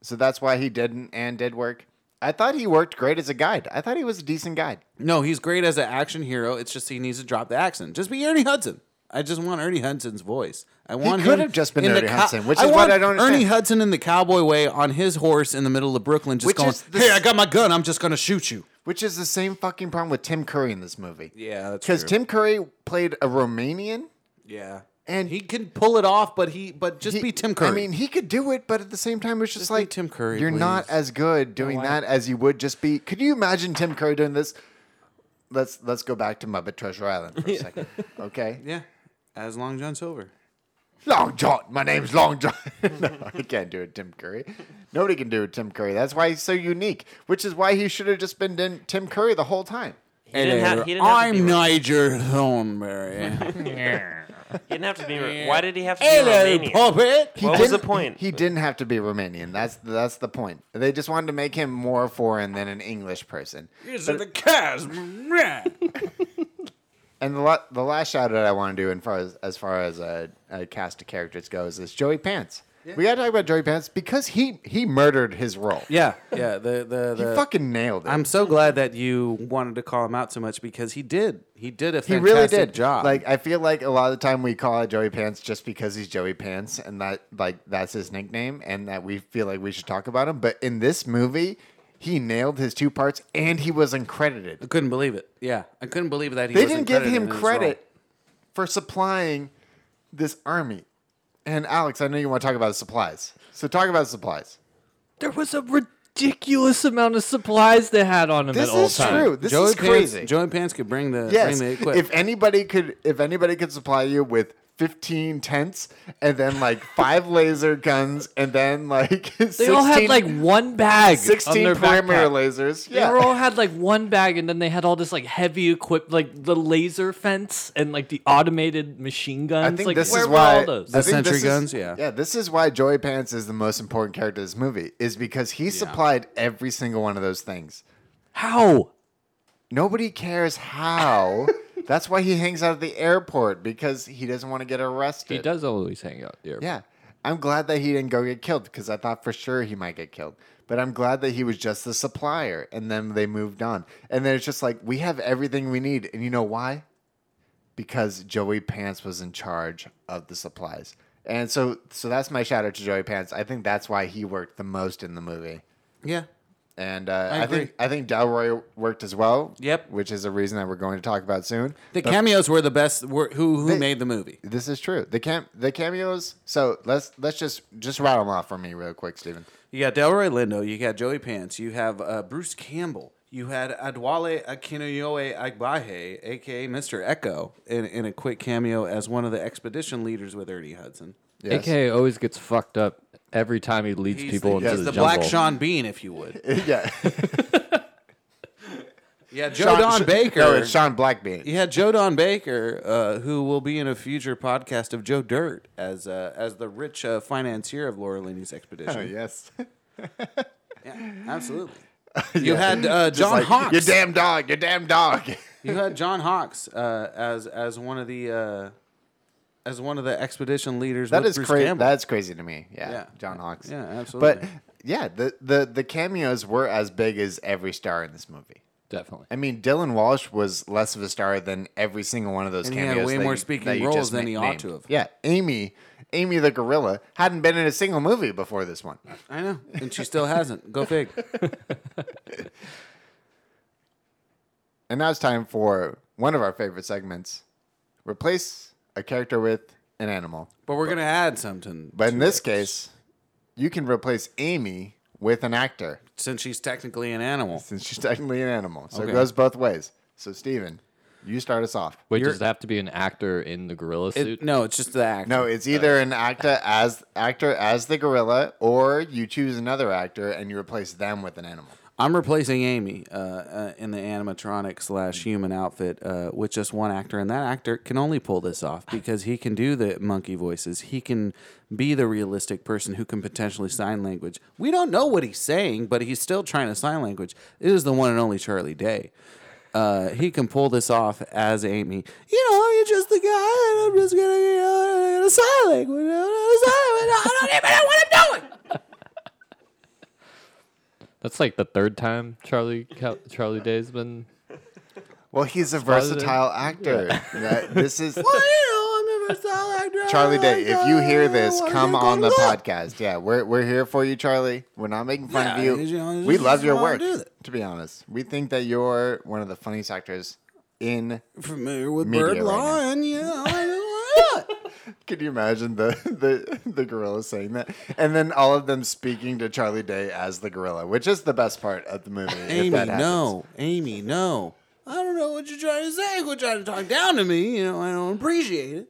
So that's why he didn't and did work. I thought he worked great as a guide. I thought he was a decent guide.
No, he's great as an action hero. It's just he needs to drop the accent. Just be Ernie Hudson. I just want Ernie Hudson's voice. I want
could
him
have just been
in the
Ernie
cow-
Hudson, which is what
want
I don't
Ernie
understand.
Hudson in the cowboy way on his horse in the middle of Brooklyn, just
Which
going,
is the
"Hey,
s-
I got my gun. I'm just gonna shoot you."
Which is the same fucking problem with Tim Curry in this movie.
Yeah, that's
Because
true.
Tim Curry played a Romanian.
Yeah,
And-
and he can pull it off, but he but just
He-
be Tim Curry.
I mean, he could do it, but at the same time, it's just,
Just be
like
Tim Curry,
You're not
please.
as good doing that as you would just be. Could you imagine Tim Curry doing this? Let's let's go back to Muppet Treasure Island for a second, okay?
yeah, as Long John Silver.
Long John, my name's Long John. no, I can't do it, Tim Curry. Nobody can do it, Tim Curry. That's why he's so unique, which is why he should have just been Tim- Tim Curry the whole time.
He didn't, ha- he didn't have to
I'm
be, Ro-
Niger Thornberry.
he didn't have to be. Ro- Why did he have to
Hello,
be Romanian?
puppet.
He
What was the
didn't-
point?
He didn't have to be Romanian. That's that's the point. They just wanted to make him more foreign than an English person.
These are the cars.
And the la- the last shout out I want to do, in far as as far as a, a cast of characters goes, is Joey Pants. We gotta talk about Joey Pants because he he murdered his role.
yeah, yeah. The the,
he
the
fucking nailed it.
I'm so glad that you wanted to call him out so much because he did. He did a
he
fantastic
really did.
job.
Like I feel like a lot of the time we call it Joey Pants just because he's Joey Pants and that like that's his nickname and that we feel like we should talk about him. But in this movie, he nailed his two parts and he was uncredited.
I couldn't believe it. Yeah, I couldn't believe that he.
they didn't
wasn't
give
credited
him
in this
credit for supplying this army. And Alex, I know you want to talk about supplies. So talk about supplies.
There was a ridiculous amount of supplies they had on him
This
at all
is
time.
true.
role.
This
Joey
is crazy.
Pants, Joey Pants could bring the
yes.
Bring the equip.
If anybody could if anybody could supply you with 15 tents and then like five laser guns and then like 16,
They all had like one bag.
16
on their
perimeter
backpack.
lasers.
They
Yeah.
were all had like one bag, and then they had all this like heavy equip, like the laser fence and like the automated machine guns.
I think
like,
this
where
is
were
why
all those?
I think
sentry
this is-
guns, yeah.
yeah. This is why Joey Pants is the most important character of this movie, is because he supplied every single one of those things.
How?
Nobody cares how. That's why he hangs out at the airport because he doesn't want to get arrested.
He does always hang out there.
Yeah. I'm glad that he didn't go get killed because I thought for sure he might get killed. But I'm glad that he was just the supplier and then they moved on. And then it's just like, we have everything we need. And you know why? Because Joey Pants was in charge of the supplies. And so so that's my shout out to Joey Pants. I think that's why he worked the most in the movie.
Yeah.
And uh,
I
I, think I think Delroy worked as well.
Yep.
Which is a reason that we're going to talk about soon.
The
But-
cameos were the best. Were, who who made the movie?
this is true. The cam the cameos. So let's let's just just rattle them off for me real quick, Steven.
You got Delroy Lindo. You got Joey Pants. You have uh, Bruce Campbell. You had Adwale Akinoye Agbaje, aka Mr. Echo, in, in a quick cameo as one of the expedition leaders with Ernie Hudson.
AKA always gets fucked up every time he leads
He's
people
the,
into
he's
the,
the
jungle.
Black Sean Bean, if you would.
yeah.
Yeah, Joe
Sean-
Don
Sh-
Baker.
No, it's Sean Blackbean.
You had Joe Don Baker, uh, who will be in a future podcast of Joe Dirt as uh, as the rich uh, financier of Laura Linney's expedition.
Oh yes.
Absolutely. You had uh,
Just
John
like,
Hawks.
You damn dog. You damn dog.
you had John Hawks uh, as as one of the uh, as one of the expedition leaders.
That
with
is
Bruce
crazy.
Campbell.
That's crazy to me. Yeah,
Yeah.
John Hawks.
Yeah, absolutely.
But yeah, the, the the cameos were as big as every star in this movie.
Definitely.
I mean, Dylan Walsh was less of a star than every single one of those
And he had
cameos.
way
that
more
you-
speaking
that you
roles
just
than
na-
he ought
named.
to have.
Yeah, Amy, Amy the gorilla hadn't been in a single movie before this one.
I know, and she still hasn't. Go fig.
And now it's time for one of our favorite segments: replace a character with an animal.
But we're gonna add something.
But in
to
this
it,
case, you can replace Amy with an actor.
since she's technically an animal,
since she's technically an animal. So
Okay.
it goes both ways. So Steven, you start us off.
Wait,
You're-
does it have to be an actor in the gorilla
It-
suit?
no, it's just the act.
no, it's either an actor as actor as the gorilla, or you choose another actor and you replace them with an animal.
I'm replacing Amy uh, uh, in the animatronic slash human outfit uh, with just one actor, and that actor can only pull this off because he can do the monkey voices. He can be the realistic person who can potentially sign language. We don't know what he's saying, but he's still trying to sign language. It is the one and only Charlie Day. Uh, he can pull this off as Amy. You know, you're just the guy, and I'm just gonna, you know, I'm gonna sign language. I'm gonna sign language. I don't even know what I'm doing.
That's like the third time Charlie Cal- Charlie Day's been.
Well, he's a
Spotted it.
versatile actor. That- This is
Well, you know, I'm a versatile actor.
Charlie Day. If you hear this,
Well,
come
you're
on the
gonna look.
podcast. Yeah, we're we're here for you, Charlie. We're not making fun
Yeah,
of
you
you.
know,
we
this
love
is
your
how I
work.
do that.
To be honest, we think that you're one of the funniest actors in
familiar with
Media
bird
right
law,
now.
and you know, I know what?
Could you imagine the, the the gorilla saying that, and then all of them speaking to Charlie Day as the gorilla, which is the best part of the movie. if
Amy,
that happens.
no, Amy, no. I don't know what you're trying to say. Quit trying to talk down to me. You know, I don't appreciate it.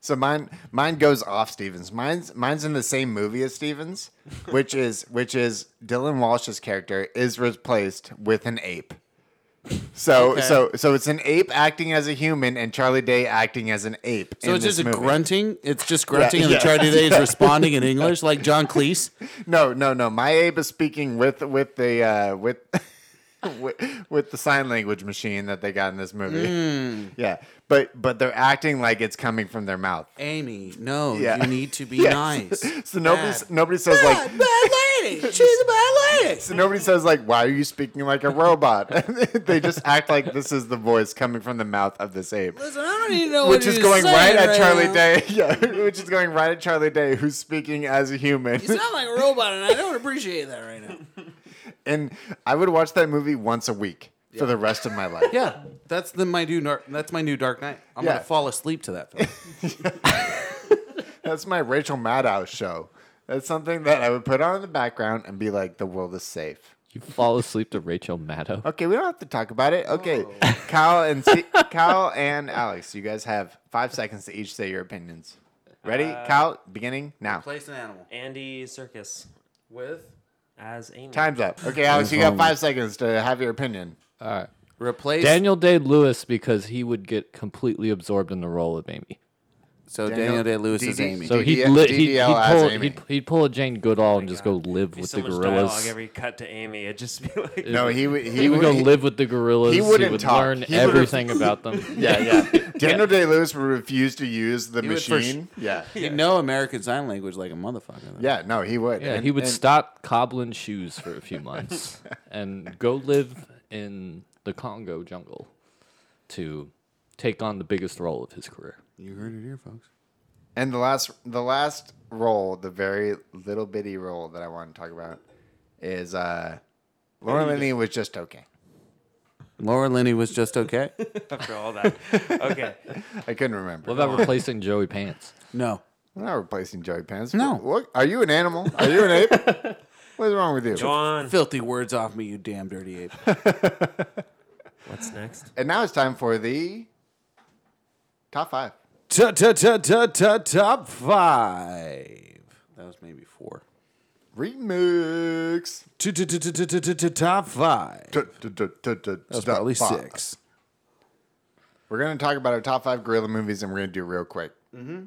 So mine mine goes off Stevens. Mine's mine's in the same movie as Stevens, which is which is Dylan Walsh's character is replaced with an ape. So
Okay.
so so it's an ape acting as a human and Charlie Day acting as an ape.
So
in
it's just
this
a
movie.
grunting. It's just grunting, and
yeah,
the Charlie Day is responding in English, like John Cleese.
No, no, no. My ape is speaking with with the uh, with. with- With the sign language machine that they got in this movie,
Hmm.
yeah, but but they're acting like it's coming from their mouth.
Amy, no,
Yeah.
you need to be
Yes.
nice.
So nobody
Bad.
nobody says like
bad, bad lady. She's a bad lady.
so nobody says like why are you speaking like a robot? they just act like this is the voice coming from the mouth of this ape,
Listen, I don't even know what
which is
you're
going
saying
right at Charlie
now.
Day. Yeah, which is going right at Charlie Day, who's speaking as a human.
You sound like a robot, and I don't appreciate that right now.
and I would watch that movie once a week for the rest of my life.
Yeah, that's the my new dark. That's my new Dark Knight. I'm
Yeah.
gonna fall asleep to that film.
That's my Rachel Maddow show. That's something that I would put on in the background and be like, the world is safe.
You fall asleep to Rachel Maddow.
Okay, we don't have to talk about it. Okay, Kyle and Se- Kyle and Alex, you guys have five seconds to each say your opinions. Ready, Kyle? Beginning now.
Place an animal
Andy Circus
with
as Amy.
Time's up. Okay, Alex, you got five seconds to have your opinion.
All right.
replace
Daniel Day Lewis because he would get completely absorbed in the role of Amy.
So
Daniel
Daniel Day Lewis
DD
is Amy.
So he'd,
DDL
li- he'd, he'd,
as
pull,
Amy.
he'd, he'd pull a Jane Goodall and just go live
Oh Be
with
so
the
much
gorillas.
dialogue every cut to Amy. It'd just be like
No, he would. He,
he would go
he-
live with the gorillas.
he
He,
wouldn't
would
talk.
learn
He would've-
everything about them.
Yeah, yeah. Daniel Day Lewis refused to use the machine. yeah.
You know American Sign Language like a motherfucker.
Yeah, no, he would.
Yeah,
And-
he would
and-
stop cobbling shoes for a few months and go live in the Congo jungle to take on the biggest role of his career.
You heard it here, folks.
And the last the last role, the very little bitty role that I want to talk about is uh Laura Linney was just okay.
Laura Linney was just okay.
After all that. Okay.
I couldn't remember.
What about replacing Joey Pants?
No.
We're not replacing Joey Pants.
No.
What, are you an animal? Are you an ape? What's wrong with you?
John.
Filthy words off me, you damn dirty ape.
What's next?
And now it's time for the top five.
Ta- ta- ta- ta- ta- Top five. That was maybe four.
Remix.
Ta- ta- ta- ta- ta- ta- ta- ta- Top five. That was
That's
probably six.
We're going to talk about our top five gorilla movies and we're going to do it real quick. Mm-hmm.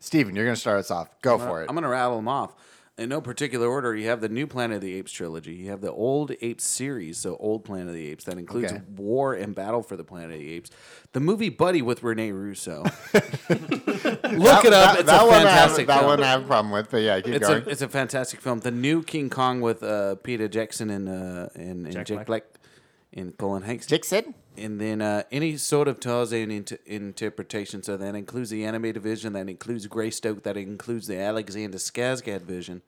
Steven, you're going to start us off. Go for it.
Uh, I'm gonna rattle them off in no particular order. You have the new Planet of the Apes trilogy. You have the old Apes series, so old Planet of the Apes that includes
Okay.
War and Battle for the Planet of the Apes. The movie Buddy with Rene Russo. Look it up. it's a
one I have-
fantastic.
That
film.
one I have a problem with, but yeah, keep
It's
going.
a, it's a fantastic film. The new King Kong with uh, Peter Jackson and uh, and, and Jack,
Black.
Black and Colin Hanks.
Jackson?
And then uh, any sort of Tarzan int- interpretation. So that includes the animated vision, that includes Greystoke, that includes the Alexander Skarsgård vision.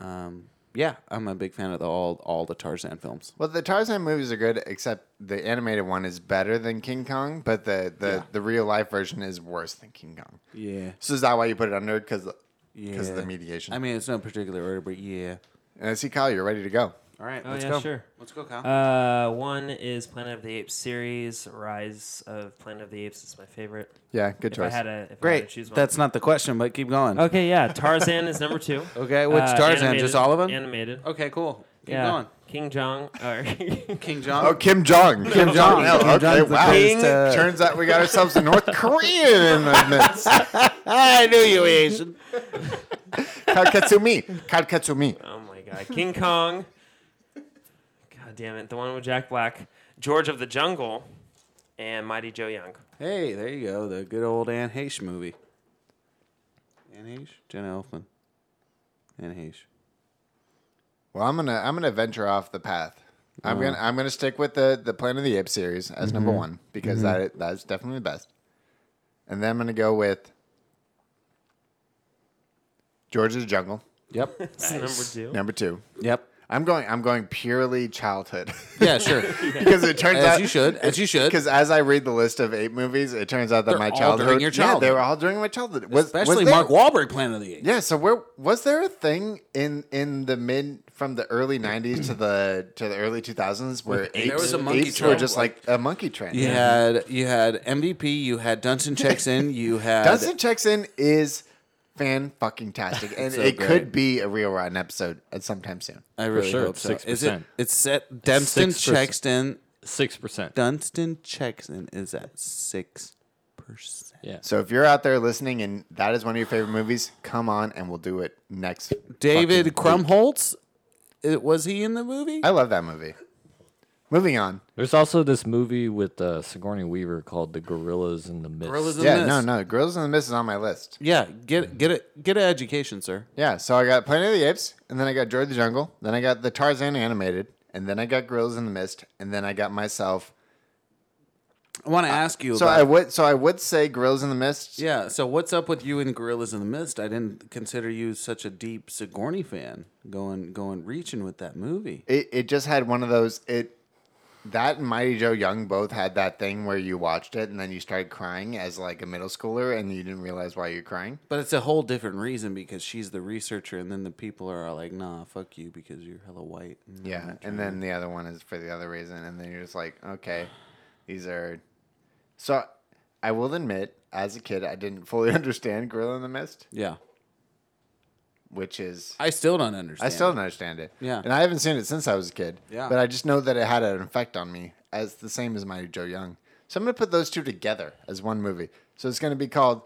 Um, yeah, I'm a big fan of the, all all the Tarzan films.
Well, the Tarzan movies are good, except the animated one is better than King Kong, but the, the, the real life version is worse than King Kong.
Yeah,
So is that why you put it under? Because
yeah.
of the mediation.
I mean, it's no particular order, but yeah.
and I see, Kyle, you're ready to go.
All right,
Oh,
let's
yeah,
go.
sure.
Let's go, Kyle.
Uh, one is Planet of the Apes series. Rise of Planet of the Apes is my favorite.
Yeah, good
If I
choice.
had a, if I had to
Great.
choose one.
That's not the question, but keep going.
okay. Yeah, Tarzan is number two. Uh,
Okay, what's Tarzan? Just all of 'em?
Animated.
Okay, cool. Keep
yeah.
going.
King Jong. Or
King John.
Oh, Kim Jong. Kim
Jong.
Hell,
Kim
okay,
Jong's the
wow.
best, uh,
Turns out we got ourselves a North Korean in the midst.
I knew you, Asian.
Kalkatsumi. Kalkatsumi.
oh my God. King Kong. God damn it. The one with Jack Black. George of the Jungle. And Mighty Joe Young.
Hey, there you go. The good old Anne Heche movie. Anne Heche? Jenna Elfman. Anne Heche.
Well, I'm gonna I'm gonna venture off the path.
Oh.
I'm gonna I'm gonna stick with the the Planet of the Apes series as number
Mm-hmm.
one because that that's definitely the best. And then I'm gonna go with George's Jungle
Yep.
It's Number two.
number two.
yep.
I'm going I'm going purely childhood
Yeah, sure.
because it turns
As
out
you should. As you should.
Because as I read the list of ape movies, it turns out that
They're
my
all
childhood
during
Yeah,
your
they
childhood.
were all during my childhood. Was, was
Especially
there-
Mark Wahlberg, Planet of the Apes.
Yeah, so where was there a thing in in the mid from the early '90s to the to the early 2000s where apes,
There was a monkey
apes were
trend,
just like a monkey trend?
You had you had MVP, you had Dunson checks in, you had
Dustin checks in is fan fucking tastic, and
So
it
great.
could be a real rotten episode at sometime soon.
I really
sure,
hope so.
it's
Is it
6%.
it's set Dunstan
6%.
checks in.
Six percent.
Dunstan checks in is at six percent.
Yeah.
So if you're out there listening and that is one of your favorite movies, come on and we'll do it next.
David
fucking week.
Krumholtz, it, was he in the movie?
I love that movie. Moving on.
There's also this movie with uh, Sigourney Weaver called The Gorillas in the Mist.
Gorillas in
Yeah,
this.
no, no, Girls in the Mist is on my list.
Yeah, get get it get an education, sir.
Yeah, so I got Planet of the Apes, and then I got George the Jungle, then I got the Tarzan animated, and then I got Gorillas in the Mist, and then I got myself.
I want to ask you.
So
about,
I would, so I would say Gorillas in the Mist.
yeah. So what's up with you and Gorillas in the Mist? I didn't consider you such a deep Sigourney fan. Going going reaching with that movie.
It it just had one of those it. That and Mighty Joe Young both had that thing where you watched it and then you started crying as like a middle schooler and you didn't realize why you're crying.
But it's a whole different reason because she's the researcher, and then the people are like, "Nah, fuck you," because you're hella white. and I'm
Yeah,
not
and
trying
then the other one is for the other reason, and then you're just like, okay, these are. So, I will admit, as a kid, I didn't fully understand Gorilla in the Mist,
to-" yeah,
which is
I still don't understand.
I still don't understand it.
Yeah.
and I haven't seen it since I was a kid.
Yeah.
but I just know that it had an effect on me, as the same as Mighty Joe Young. So I'm gonna put those two together as one movie. So it's gonna be called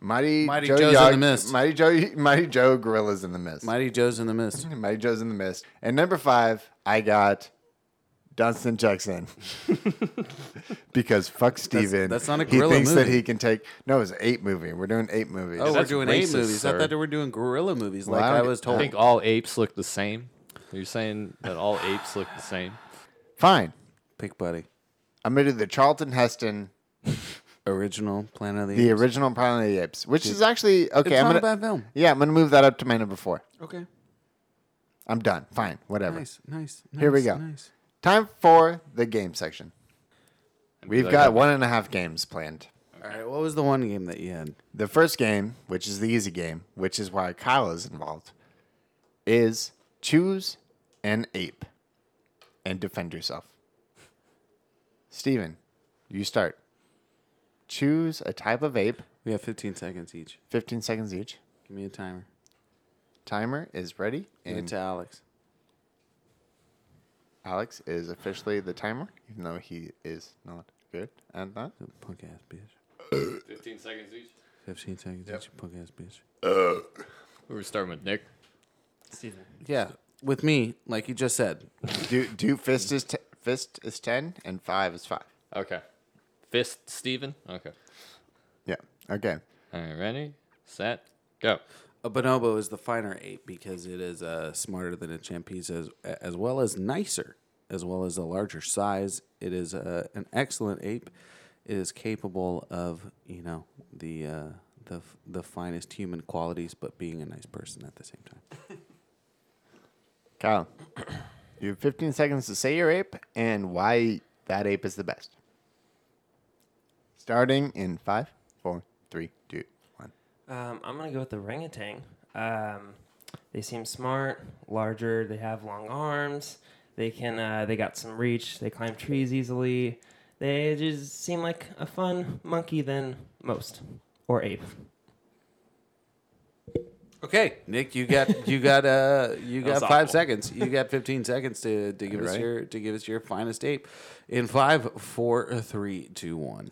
Mighty,
Mighty
Joe
Joe's in the
Young,
Mist.
Mighty Joe, Mighty Joe Gorillas in the Mist.
Mighty Joe's in the Mist.
Mighty Joe's in the Mist. And number five, I got Johnston checks in because fuck Steven.
that's not a
He
gorilla
thinks that
movie.
he can take. No, it's an ape movie. We're doing ape movies.
Oh, we're doing ape movies. I
sir.
thought they were doing gorilla movies, like
Well, I
I
don't-
was told.
I think all apes look the same. You're saying that all apes look the same?
Fine.
Pick Buddy,
I'm gonna do the Charlton Heston,
original Planet of the,
the
Apes.
original Planet of the Apes, which is actually okay.
It's
I'm
not a
gonna,
bad film.
Yeah, I'm gonna move that up to my number four.
Okay,
I'm done. Fine, whatever.
nice, nice, nice.
Here we go.
Nice.
Time for the game section. We've
I
got
got-
one and a half games planned.
All right, what was the one game that you had?
The first game, which is the easy game, which is why Kyle is involved, is choose an ape and defend yourself. Steven, you start. Choose a type of ape,
We have 15 seconds each.
15 seconds each.
Give me a timer.
Timer is ready,
Give it
and
to Alex.
Alex is officially the timer, even though he is not good at that.
You Punk ass bitch.
15 seconds each.
15 seconds each. You punk ass bitch.
We were starting with Nick.
Yeah, with me, like you just said.
Do, do fist is t- fist is 10 and 5 is 5.
Okay. Fist Steven. Okay.
Yeah. Okay.
All right, ready, set, go.
A bonobo is the finer ape because it is uh, smarter than a chimpanzee, as, as well as nicer, as well as a larger size. It is uh, an excellent ape. It is capable of you know the uh, the f- the finest human qualities, but being a nice person at the same time.
Kyle, you have 15 seconds to say your ape and why that ape is the best. Starting in five, four, three, two, one.
Um, I'm gonna go with the orangutan. Um, they seem smart, larger. They have long arms. They can. Uh, they got some reach. They climb trees easily. They just seem like a fun monkey than most or ape.
Okay, Nick, you got you got uh you got
was
five
awful.
seconds. You got fifteen seconds to, to give us
Right.
your to give us your finest ape in five, four, three, two, one.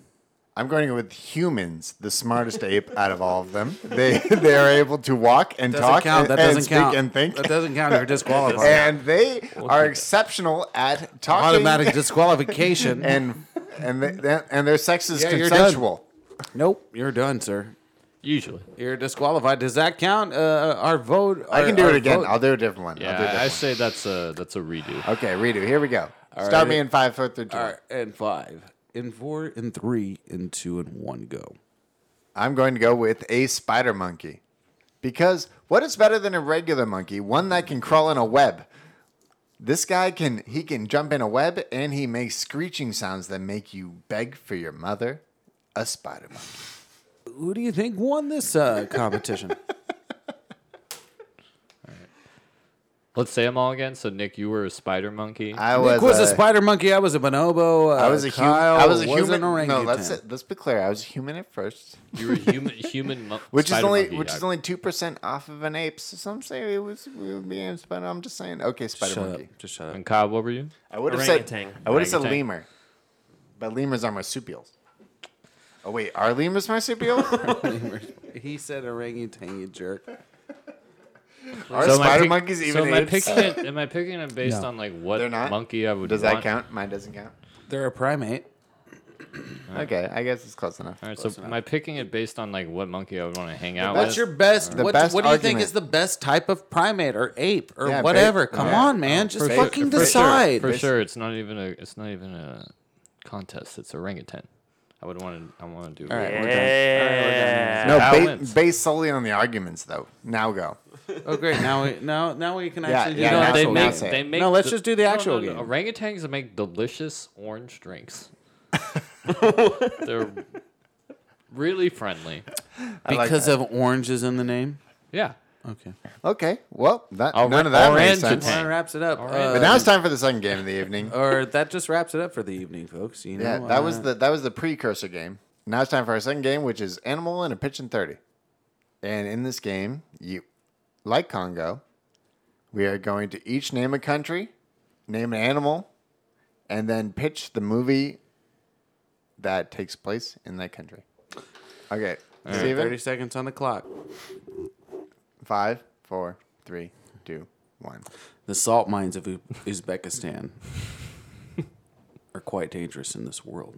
I'm going with humans, the smartest ape out of all of them. They they are able to walk and
Doesn't
talk and,
count. That
and
doesn't
speak
count.
and think.
That doesn't count. You're disqualified.
and they are exceptional at talking
Automatic disqualification.
and and they, and their sex is
Yeah, you're done.
consensual.
nope, you're done, sir.
Usually.
You're disqualified. Does that count? Uh, our vote.
I
our-
can do
our
it again.
vote-
I'll do a different one. I'll do a
Yeah,
different
I,
one.
say that's a that's a redo.
Okay, redo. Here we go. Start me
right.
in five, four, three, two.
All right, and five, and four, and three, and two, and one. Go.
I'm going to go with a spider monkey. Because what is better than a regular monkey? One that can crawl in a web. This guy can he can jump in a web and he makes screeching sounds that make you beg for your mother. A spider monkey.
Who do you think won this uh, competition?
Let's say them all again. So Nick, you were a spider monkey.
I
Nick
was,
was
a,
a spider monkey. I was a bonobo. Uh,
I was a human. I was a human.
An orangutan.
no, let's let's be clear. I was a human at first,
you were a human human mo-
which
spider
is only
monkey,
which
yeah.
is only two percent off of an ape. So some say it was we would be a spider. I'm just saying. Okay, spider
Shut
monkey.
up. Just shut up.
And Kyle, what were you?
I would have said
Orangutan.
I would have said
Orangutan.
lemur, but lemurs are marsupials. Oh wait, are lemurs marsupials?
He said orangutan, you jerk.
are
So am I
spider
pick-
monkeys even
so am I
apes?
picking it? Am I picking it based on like what
They're not.
monkey I would?
Does
want?
that count? Mine doesn't count.
They're a primate.
Okay, I guess it's close enough.
All right, so am I picking it based on like what monkey I would want to hang out
What's
with?
your best?
The
what,
best
what do you think
argument.
is the best type of primate or ape or
Yeah, ba-
whatever? Come
yeah.
on, man, just
For sure-
fucking
for sure-
decide.
for sure, it's not even a it's not even a contest. It's orangutan. I would want to. I want to do.
All right, we're done.
Yeah.
No,
Kyle
ba-
wins.
based solely on the arguments, though. Now go.
Oh, great. Now we now now we can
Yeah,
actually do
yeah,
the
now
actual
they make-
game.
say it.
No, let's just do the actual game.
Orangutans make delicious orange drinks. They're really friendly.
like
because of oranges in the name.
Yeah.
Okay,
Okay, well, that,
Or-
none of that makes
orangutan.
sense.
Dang.
that wraps it up.
right.
But
uh,
now it's time for the second game of the evening.
or that just wraps it up for the evening, folks. You know,
Yeah, that was
uh,
the that was the precursor game. Now it's time for our second game, which is Animal and a Pitch and Thirty. And in this game, you like Congo, we are going to each name a country, name an animal, and then pitch the movie that takes place in that country. Okay, Steven,
thirty seconds on the clock.
five, four, three, two, one.
The salt mines of U- Uzbekistan. are quite dangerous in this world.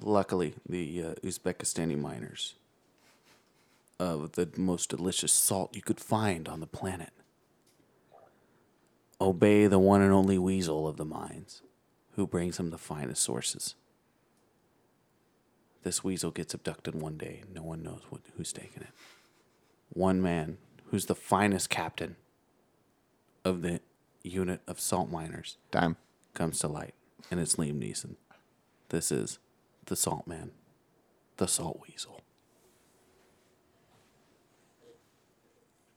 Luckily, the uh, Uzbekistani miners of the most delicious salt you could find on the planet obey the one and only weasel of the mines who brings them the finest sources. This weasel gets abducted one day. No one knows what, who's taking it. One man who's the finest captain of the unit of salt miners.
Dime.
Comes to light, and it's Liam Neeson. This is the salt man, the salt weasel.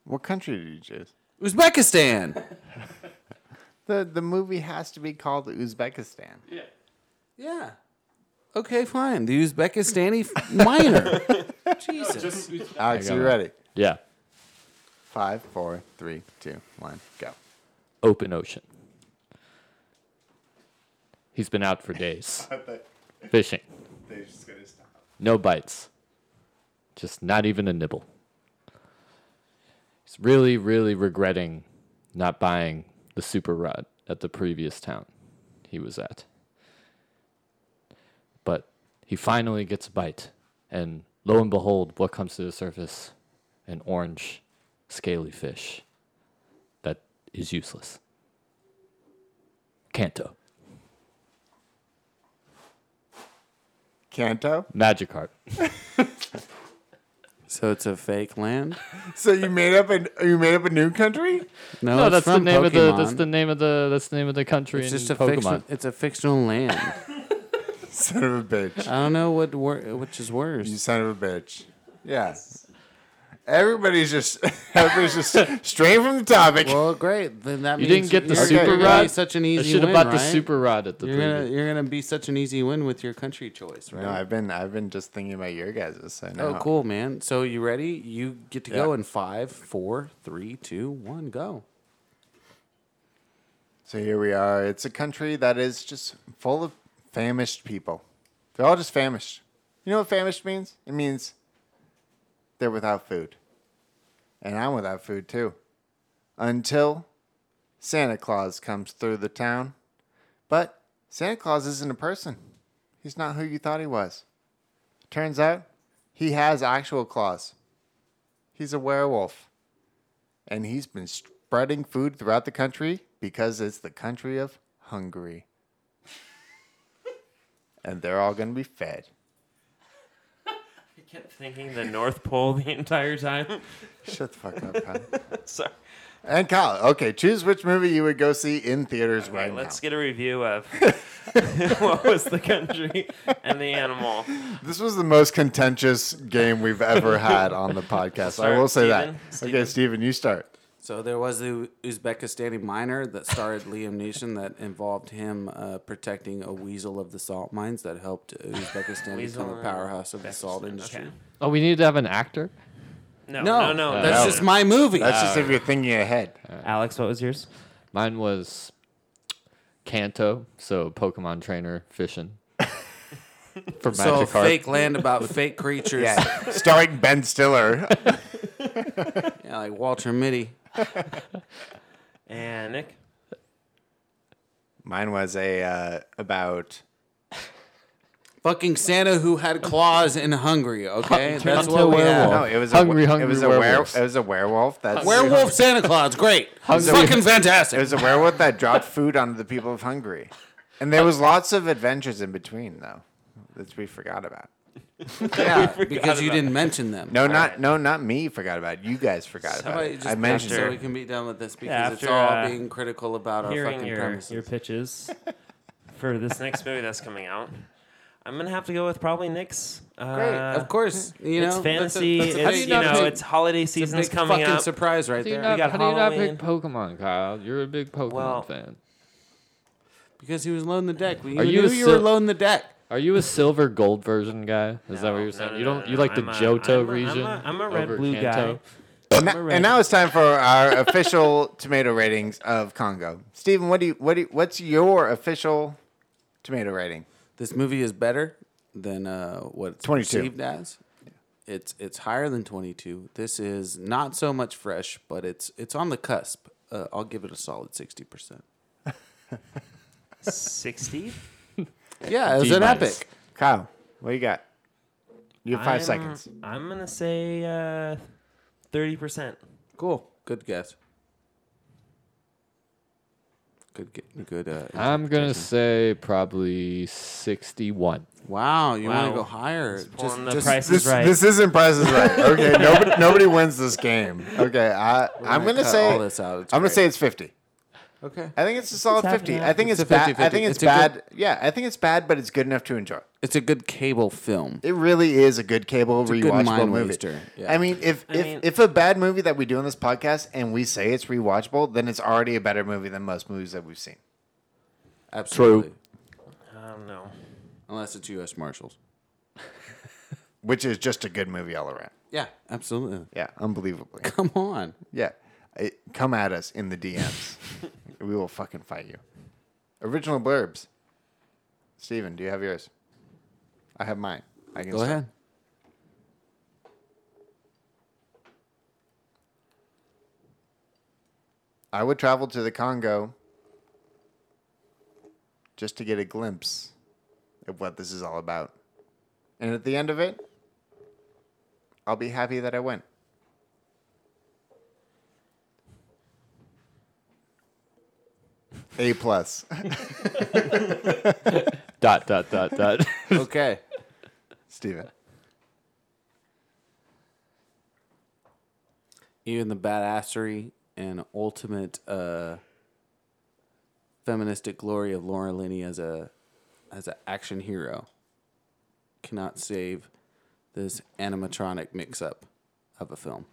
What country did you choose?
Uzbekistan!
The the movie has to be called Uzbekistan.
Yeah.
Yeah. Okay, fine. The Uzbekistani f- minor. Jesus.
Alex, you ready?
Yeah.
Five, four, three, two, one, go.
Open ocean. He's been out for days. Fishing.
They're just gonna stop.
No bites. Just not even a nibble. He's really, really regretting not buying the super rod at the previous town he was at. But he finally gets a bite, and lo and behold, what comes to the surface? An orange, scaly fish that is useless. Kanto.
Kanto?
Magikarp.
So it's a fake land?
So you made up a you made up a new country?
No,
Oh,
no,
it's
that's the
from
name of the that's
Pokemon.
the name of the that's the name of the country
It's
in
just a
Pokemon.
fictional. It's a fictional land.
Son of a bitch.
I don't know what wor- which is worse.
You son of a bitch. Yeah. Everybody's just everybody's just straight from the topic.
Well, great. Then that
You
means
didn't get the
you're
super
gonna be
rod.
Such an
I
easy
should have
win,
bought the
right?
super rod at the.
You're gonna
previous-
you're gonna be such an easy win with your country choice, right?
no, I've been I've been just thinking about your guys' so
oh,
now-
cool, man. So you ready? You get to go
Yeah.
in five, four, three, two, one, go.
So here we are. It's a country that is just full of famished people. They're all just famished. You know what famished means? It means they're without food. And I'm without food too. Until Santa Claus comes through the town. But Santa Claus isn't a person. He's not who you thought he was. Turns out he has actual claws. He's a werewolf and he's been spreading food throughout the country because it's the country of Hungary. and they're all going to be fed.
I kept thinking the North Pole the entire time.
Shut the fuck up, Kyle.
Sorry.
and Kyle, okay, choose which movie you would go see in theaters right
Let's
now.
get a review of what was the country and the animal.
This was the most contentious game we've ever had on the podcast. I
Start,
will say that.
Steven.
Okay, Steven, you start.
So there was the Uzbekistani miner that starred Liam Neeson that involved him uh, protecting a weasel of the salt mines that helped Uzbekistan
Weasel
become a
and
powerhouse of the salt
Uzbekistan,
industry.
okay.
oh, we needed to have an actor.
No,
No,
no, no. no,
that's
no.
just my movie.
That's just
Uh,
if you're thinking ahead.
Alex, what was yours?
Mine was Kanto, so Pokemon trainer fishing for
so
Magikarp.
fake land about fake creatures.
Yeah, starring Ben Stiller.
Yeah, like Walter Mitty.
And Nick?
Mine was a uh, about
Fucking Santa who had claws in Hungary, okay? That's what
into
we
werewolf.
have.
no, it was
Hungry,
a, were-
hungry
it was a were,
werewolves.
it was a werewolf that
Werewolf Santa Claus, great. Fucking fantastic.
It was a werewolf that dropped food onto the people of Hungary, and there was lots of adventures in between though that we forgot about.
yeah, because you didn't mention them.
No, not no, not me. Forgot about it. you guys. Forgot about
How about you
it.
just
I mentioned
so we
it.
can be done with this because it's
after,
all
uh,
being critical about our
Hearing
fucking
your,
premises.
your pitches for this next movie that's coming out, I'm going to have to go with probably Nick's. Uh,
Great, of course. You know,
it's fantasy.
That's a, that's a
it's,
big,
you know,
big-
it's holiday season's
big
coming
fucking
up.
surprise right
How do you
there.
not,
got
how do you not pick
Halloween.
Pokemon, Kyle? You're a big Pokemon
Well-
fan.
Because he was low in the deck. You
Are you
knew
a
you were
sil-
low in the deck.
Are you a silver gold version guy? Is that what
No,
you're
no,
saying?
no,
you
no,
don't.
no,
you
no.
like the
I'm a-
Johto
I'm a- I'm
region?
a- I'm a
over
red blue
Kanto?
guy.
And, na- and now it's time for our official tomato ratings of Congo. Stephen, what do you what do you, what's your official tomato rating?
This movie is better than uh, what it's
22.
perceived as. It's it's higher than 22. This is not so much fresh, but it's it's on the cusp. Uh, I'll give it a solid 60%.
60?
Yeah, it was an
D-minus.
epic.
Kyle, what you got? You have 5
I'm-
seconds.
I'm going to say uh, 30%.
Cool. Good guess. Good, ge- good. Uh,
Um,
I'm gonna say probably 61.
Wow, you want
Wow.
to go higher? Just,
pulling the
just
price
This,
is right.
this isn't Price is Right. Okay, nobody, nobody wins this game. Okay, I, I'm
gonna
gonna
cut
say
all this out. It's
I'm gonna
great.
say it's 50.
okay.
I think it's a solid 50. I think
It's
it's,
a
bad.
50-50.
I think it's,
It's a
bad.
good-
yeah, I think it's bad, but it's good enough to enjoy.
It's a good cable film.
It really is a good cable
a good
rewatchable
mind
movie.
waster, yeah.
I mean, if if,
mean-
if a bad movie that we do on this podcast and we say it's rewatchable, then it's already a better movie than most movies that we've seen.
Absolutely.
I don't know.
Unless it's U.S. Marshals.
Which is just a good movie all around.
Yeah, absolutely.
Yeah, unbelievably.
Come on.
Yeah. I- come at us in the DMs. we will fucking fight you. Original blurbs. Steven, do you have yours? I have mine. I can
Go
start.
ahead.
I would travel to the Congo just to get a glimpse of what this is all about. And at the end of it, I'll be happy that I went. A plus.
Dot dot dot dot.
Okay.
Steven.
Even the badassery and ultimate uh, feministic glory of Laura Linney as a as an action hero cannot save this animatronic mix up of a film.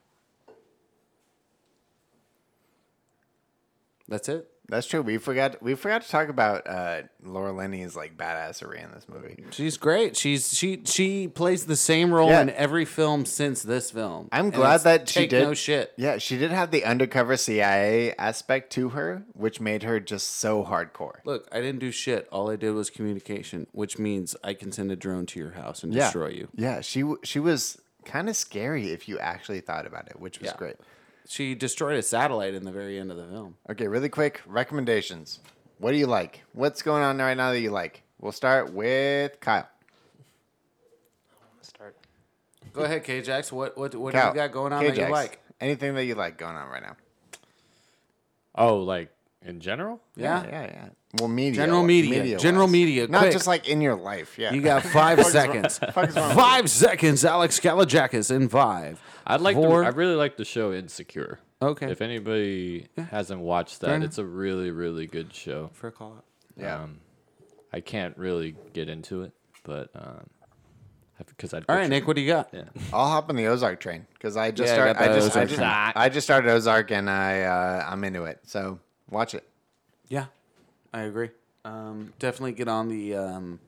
That's it.
That's true. We forgot we forgot to talk about uh, Laura Linney's like badassery in this movie.
She's great. She's she she plays the same role
Yeah.
in every film since this film.
I'm
And
glad
it's
that she
take
did.
no shit.
Yeah, she did have the undercover CIA aspect to her, which made her just so hardcore.
Look, I didn't do shit. All I did was communication, which means I can send a drone to your house and destroy you.
Yeah, she w- she was kind of scary if you actually thought about it, which was
Yeah.
great.
She destroyed a satellite in the very end of the film.
Okay, really quick recommendations. What do you like? What's going on right now that you like? We'll start with Kyle.
Let's start.
Go ahead, KJax. What what what
Kyle,
do you got going on that
KJax,
you like?
Anything that you like going on right now?
Oh, like in general?
Yeah.
yeah, yeah. Well, media,
General media. General
wise.
media,
not
quick.
just like in your life. Yeah,
You got five
Fuck is wrong-
seconds.
fuck is wrong with
Five seconds. Alex Galajakis in five.
I'd like.
Four.
The, I really like the show Insecure.
Okay.
If anybody hasn't watched that, it's a really really good show.
for a call out.
Yeah.
Um, I can't really get into it, but um, because I.
All right, Nick. What do you got?
I'll hop on the Ozark train because I just
Yeah, I
started.
got
I,
the
just, I
Ozark
just,
train.
I just started Ozark and I, uh, I'm into it. So watch it.
Yeah, I agree. Um, definitely get on the. Um,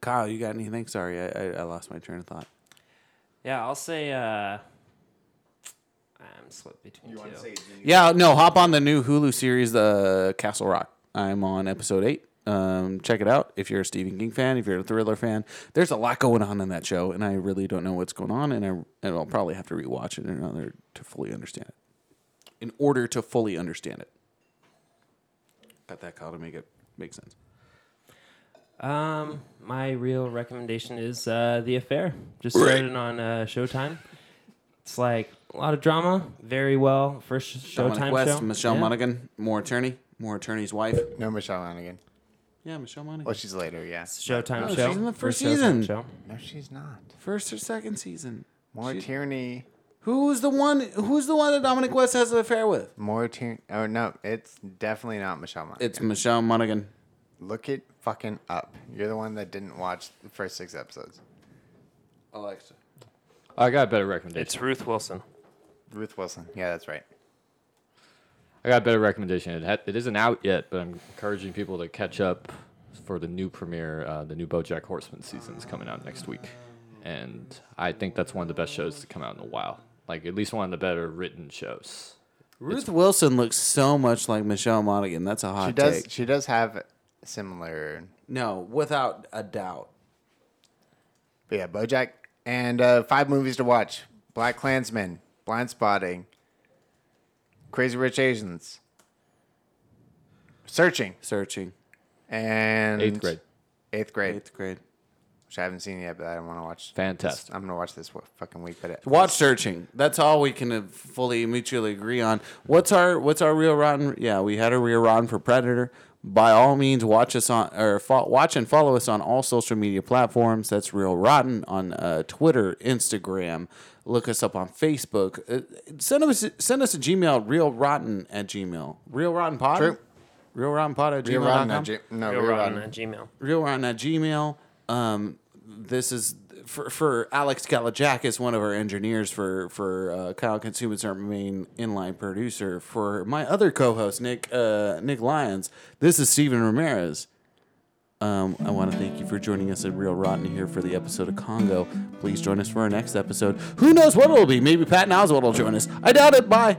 Kyle, you got anything? Sorry, I, I, I lost my train of thought.
Yeah, I'll say uh, I'm split between two.
Yeah, no, hop on the new Hulu series, The Castle Rock. I'm on episode eight. Um, check it out if you're a Stephen King fan, if you're a thriller fan. There's a lot going on in that show, and I really don't know what's going on, and, I, and I'll probably have to rewatch it in order to fully understand it. In order to fully understand it. Got that, Kyle, to make it make sense.
Um, my real recommendation is uh, The Affair. Just started on uh, Showtime. It's like a lot of drama, very well. First
Dominic
Showtime
West,
show.
Michelle
Yeah.
Monaghan, more attorney, more attorney's wife.
No Michelle Monaghan.
Yeah, Michelle
Well,
Monaghan.
she's later. Yeah.
It's a Showtime
No,
show.
Oh, she's in the first
Showtime
season.
show.
No, she's not.
First or second season.
More tyranny.
Who's the one? Who's the one that Dominic West has an affair with?
More tyranny. Oh no, it's definitely not Michelle Monaghan.
It's Michelle Monaghan.
Look it fucking up. You're the one that didn't watch the first six episodes.
Alexa.
I got a better recommendation.
It's Ruth Wilson.
Ruth Wilson. Yeah, that's right.
I got a better recommendation. It, ha- it isn't out yet, but I'm encouraging people to catch up for the new premiere. Uh, the new BoJack Horseman season is coming out next week, and I think that's one of the best shows to come out in a while. Like at least one of the better written shows.
Ruth Wilson looks so much like Michelle Monaghan. That's a hot
She does.
take.
She does have similar.
No, without a doubt.
But yeah, BoJack and uh, five movies to watch: Black Klansman, Blind Spotting, Crazy Rich Asians. Searching.
Searching.
And
Eighth grade.
Eighth grade.
Eighth grade.
Which I haven't seen yet, but I don't want to watch.
Fantastic.
I'm gonna watch this wa- fucking week, but it,
Watch searching. That's all we can uh, fully mutually agree on. What's our what's our real rotten? Yeah, we had a real rotten for Predator. By all means, watch us on or fo- watch and follow us on all social media platforms. That's real rotten on uh, Twitter, Instagram. Look us up on Facebook. Uh, send us send us a Gmail. Real rotten at Gmail. Real rotten pod.
True.
Real rotten pod at
Real
gmail.com
Rotten at G- no,
Real
Real
rotten
uh,
Rotten.
at Gmail.
real rotten at gmail um, this is for, for alex galajakis one of our engineers for for uh, kyle consumers our main inline producer for my other co-host nick uh, nick lyons this is steven ramirez um, I want to thank you for joining us at Real Rotten here for the episode of Congo. Please join us for our next episode. Who knows what it'll be? Maybe Patton Oswald will join us. I doubt it. Bye.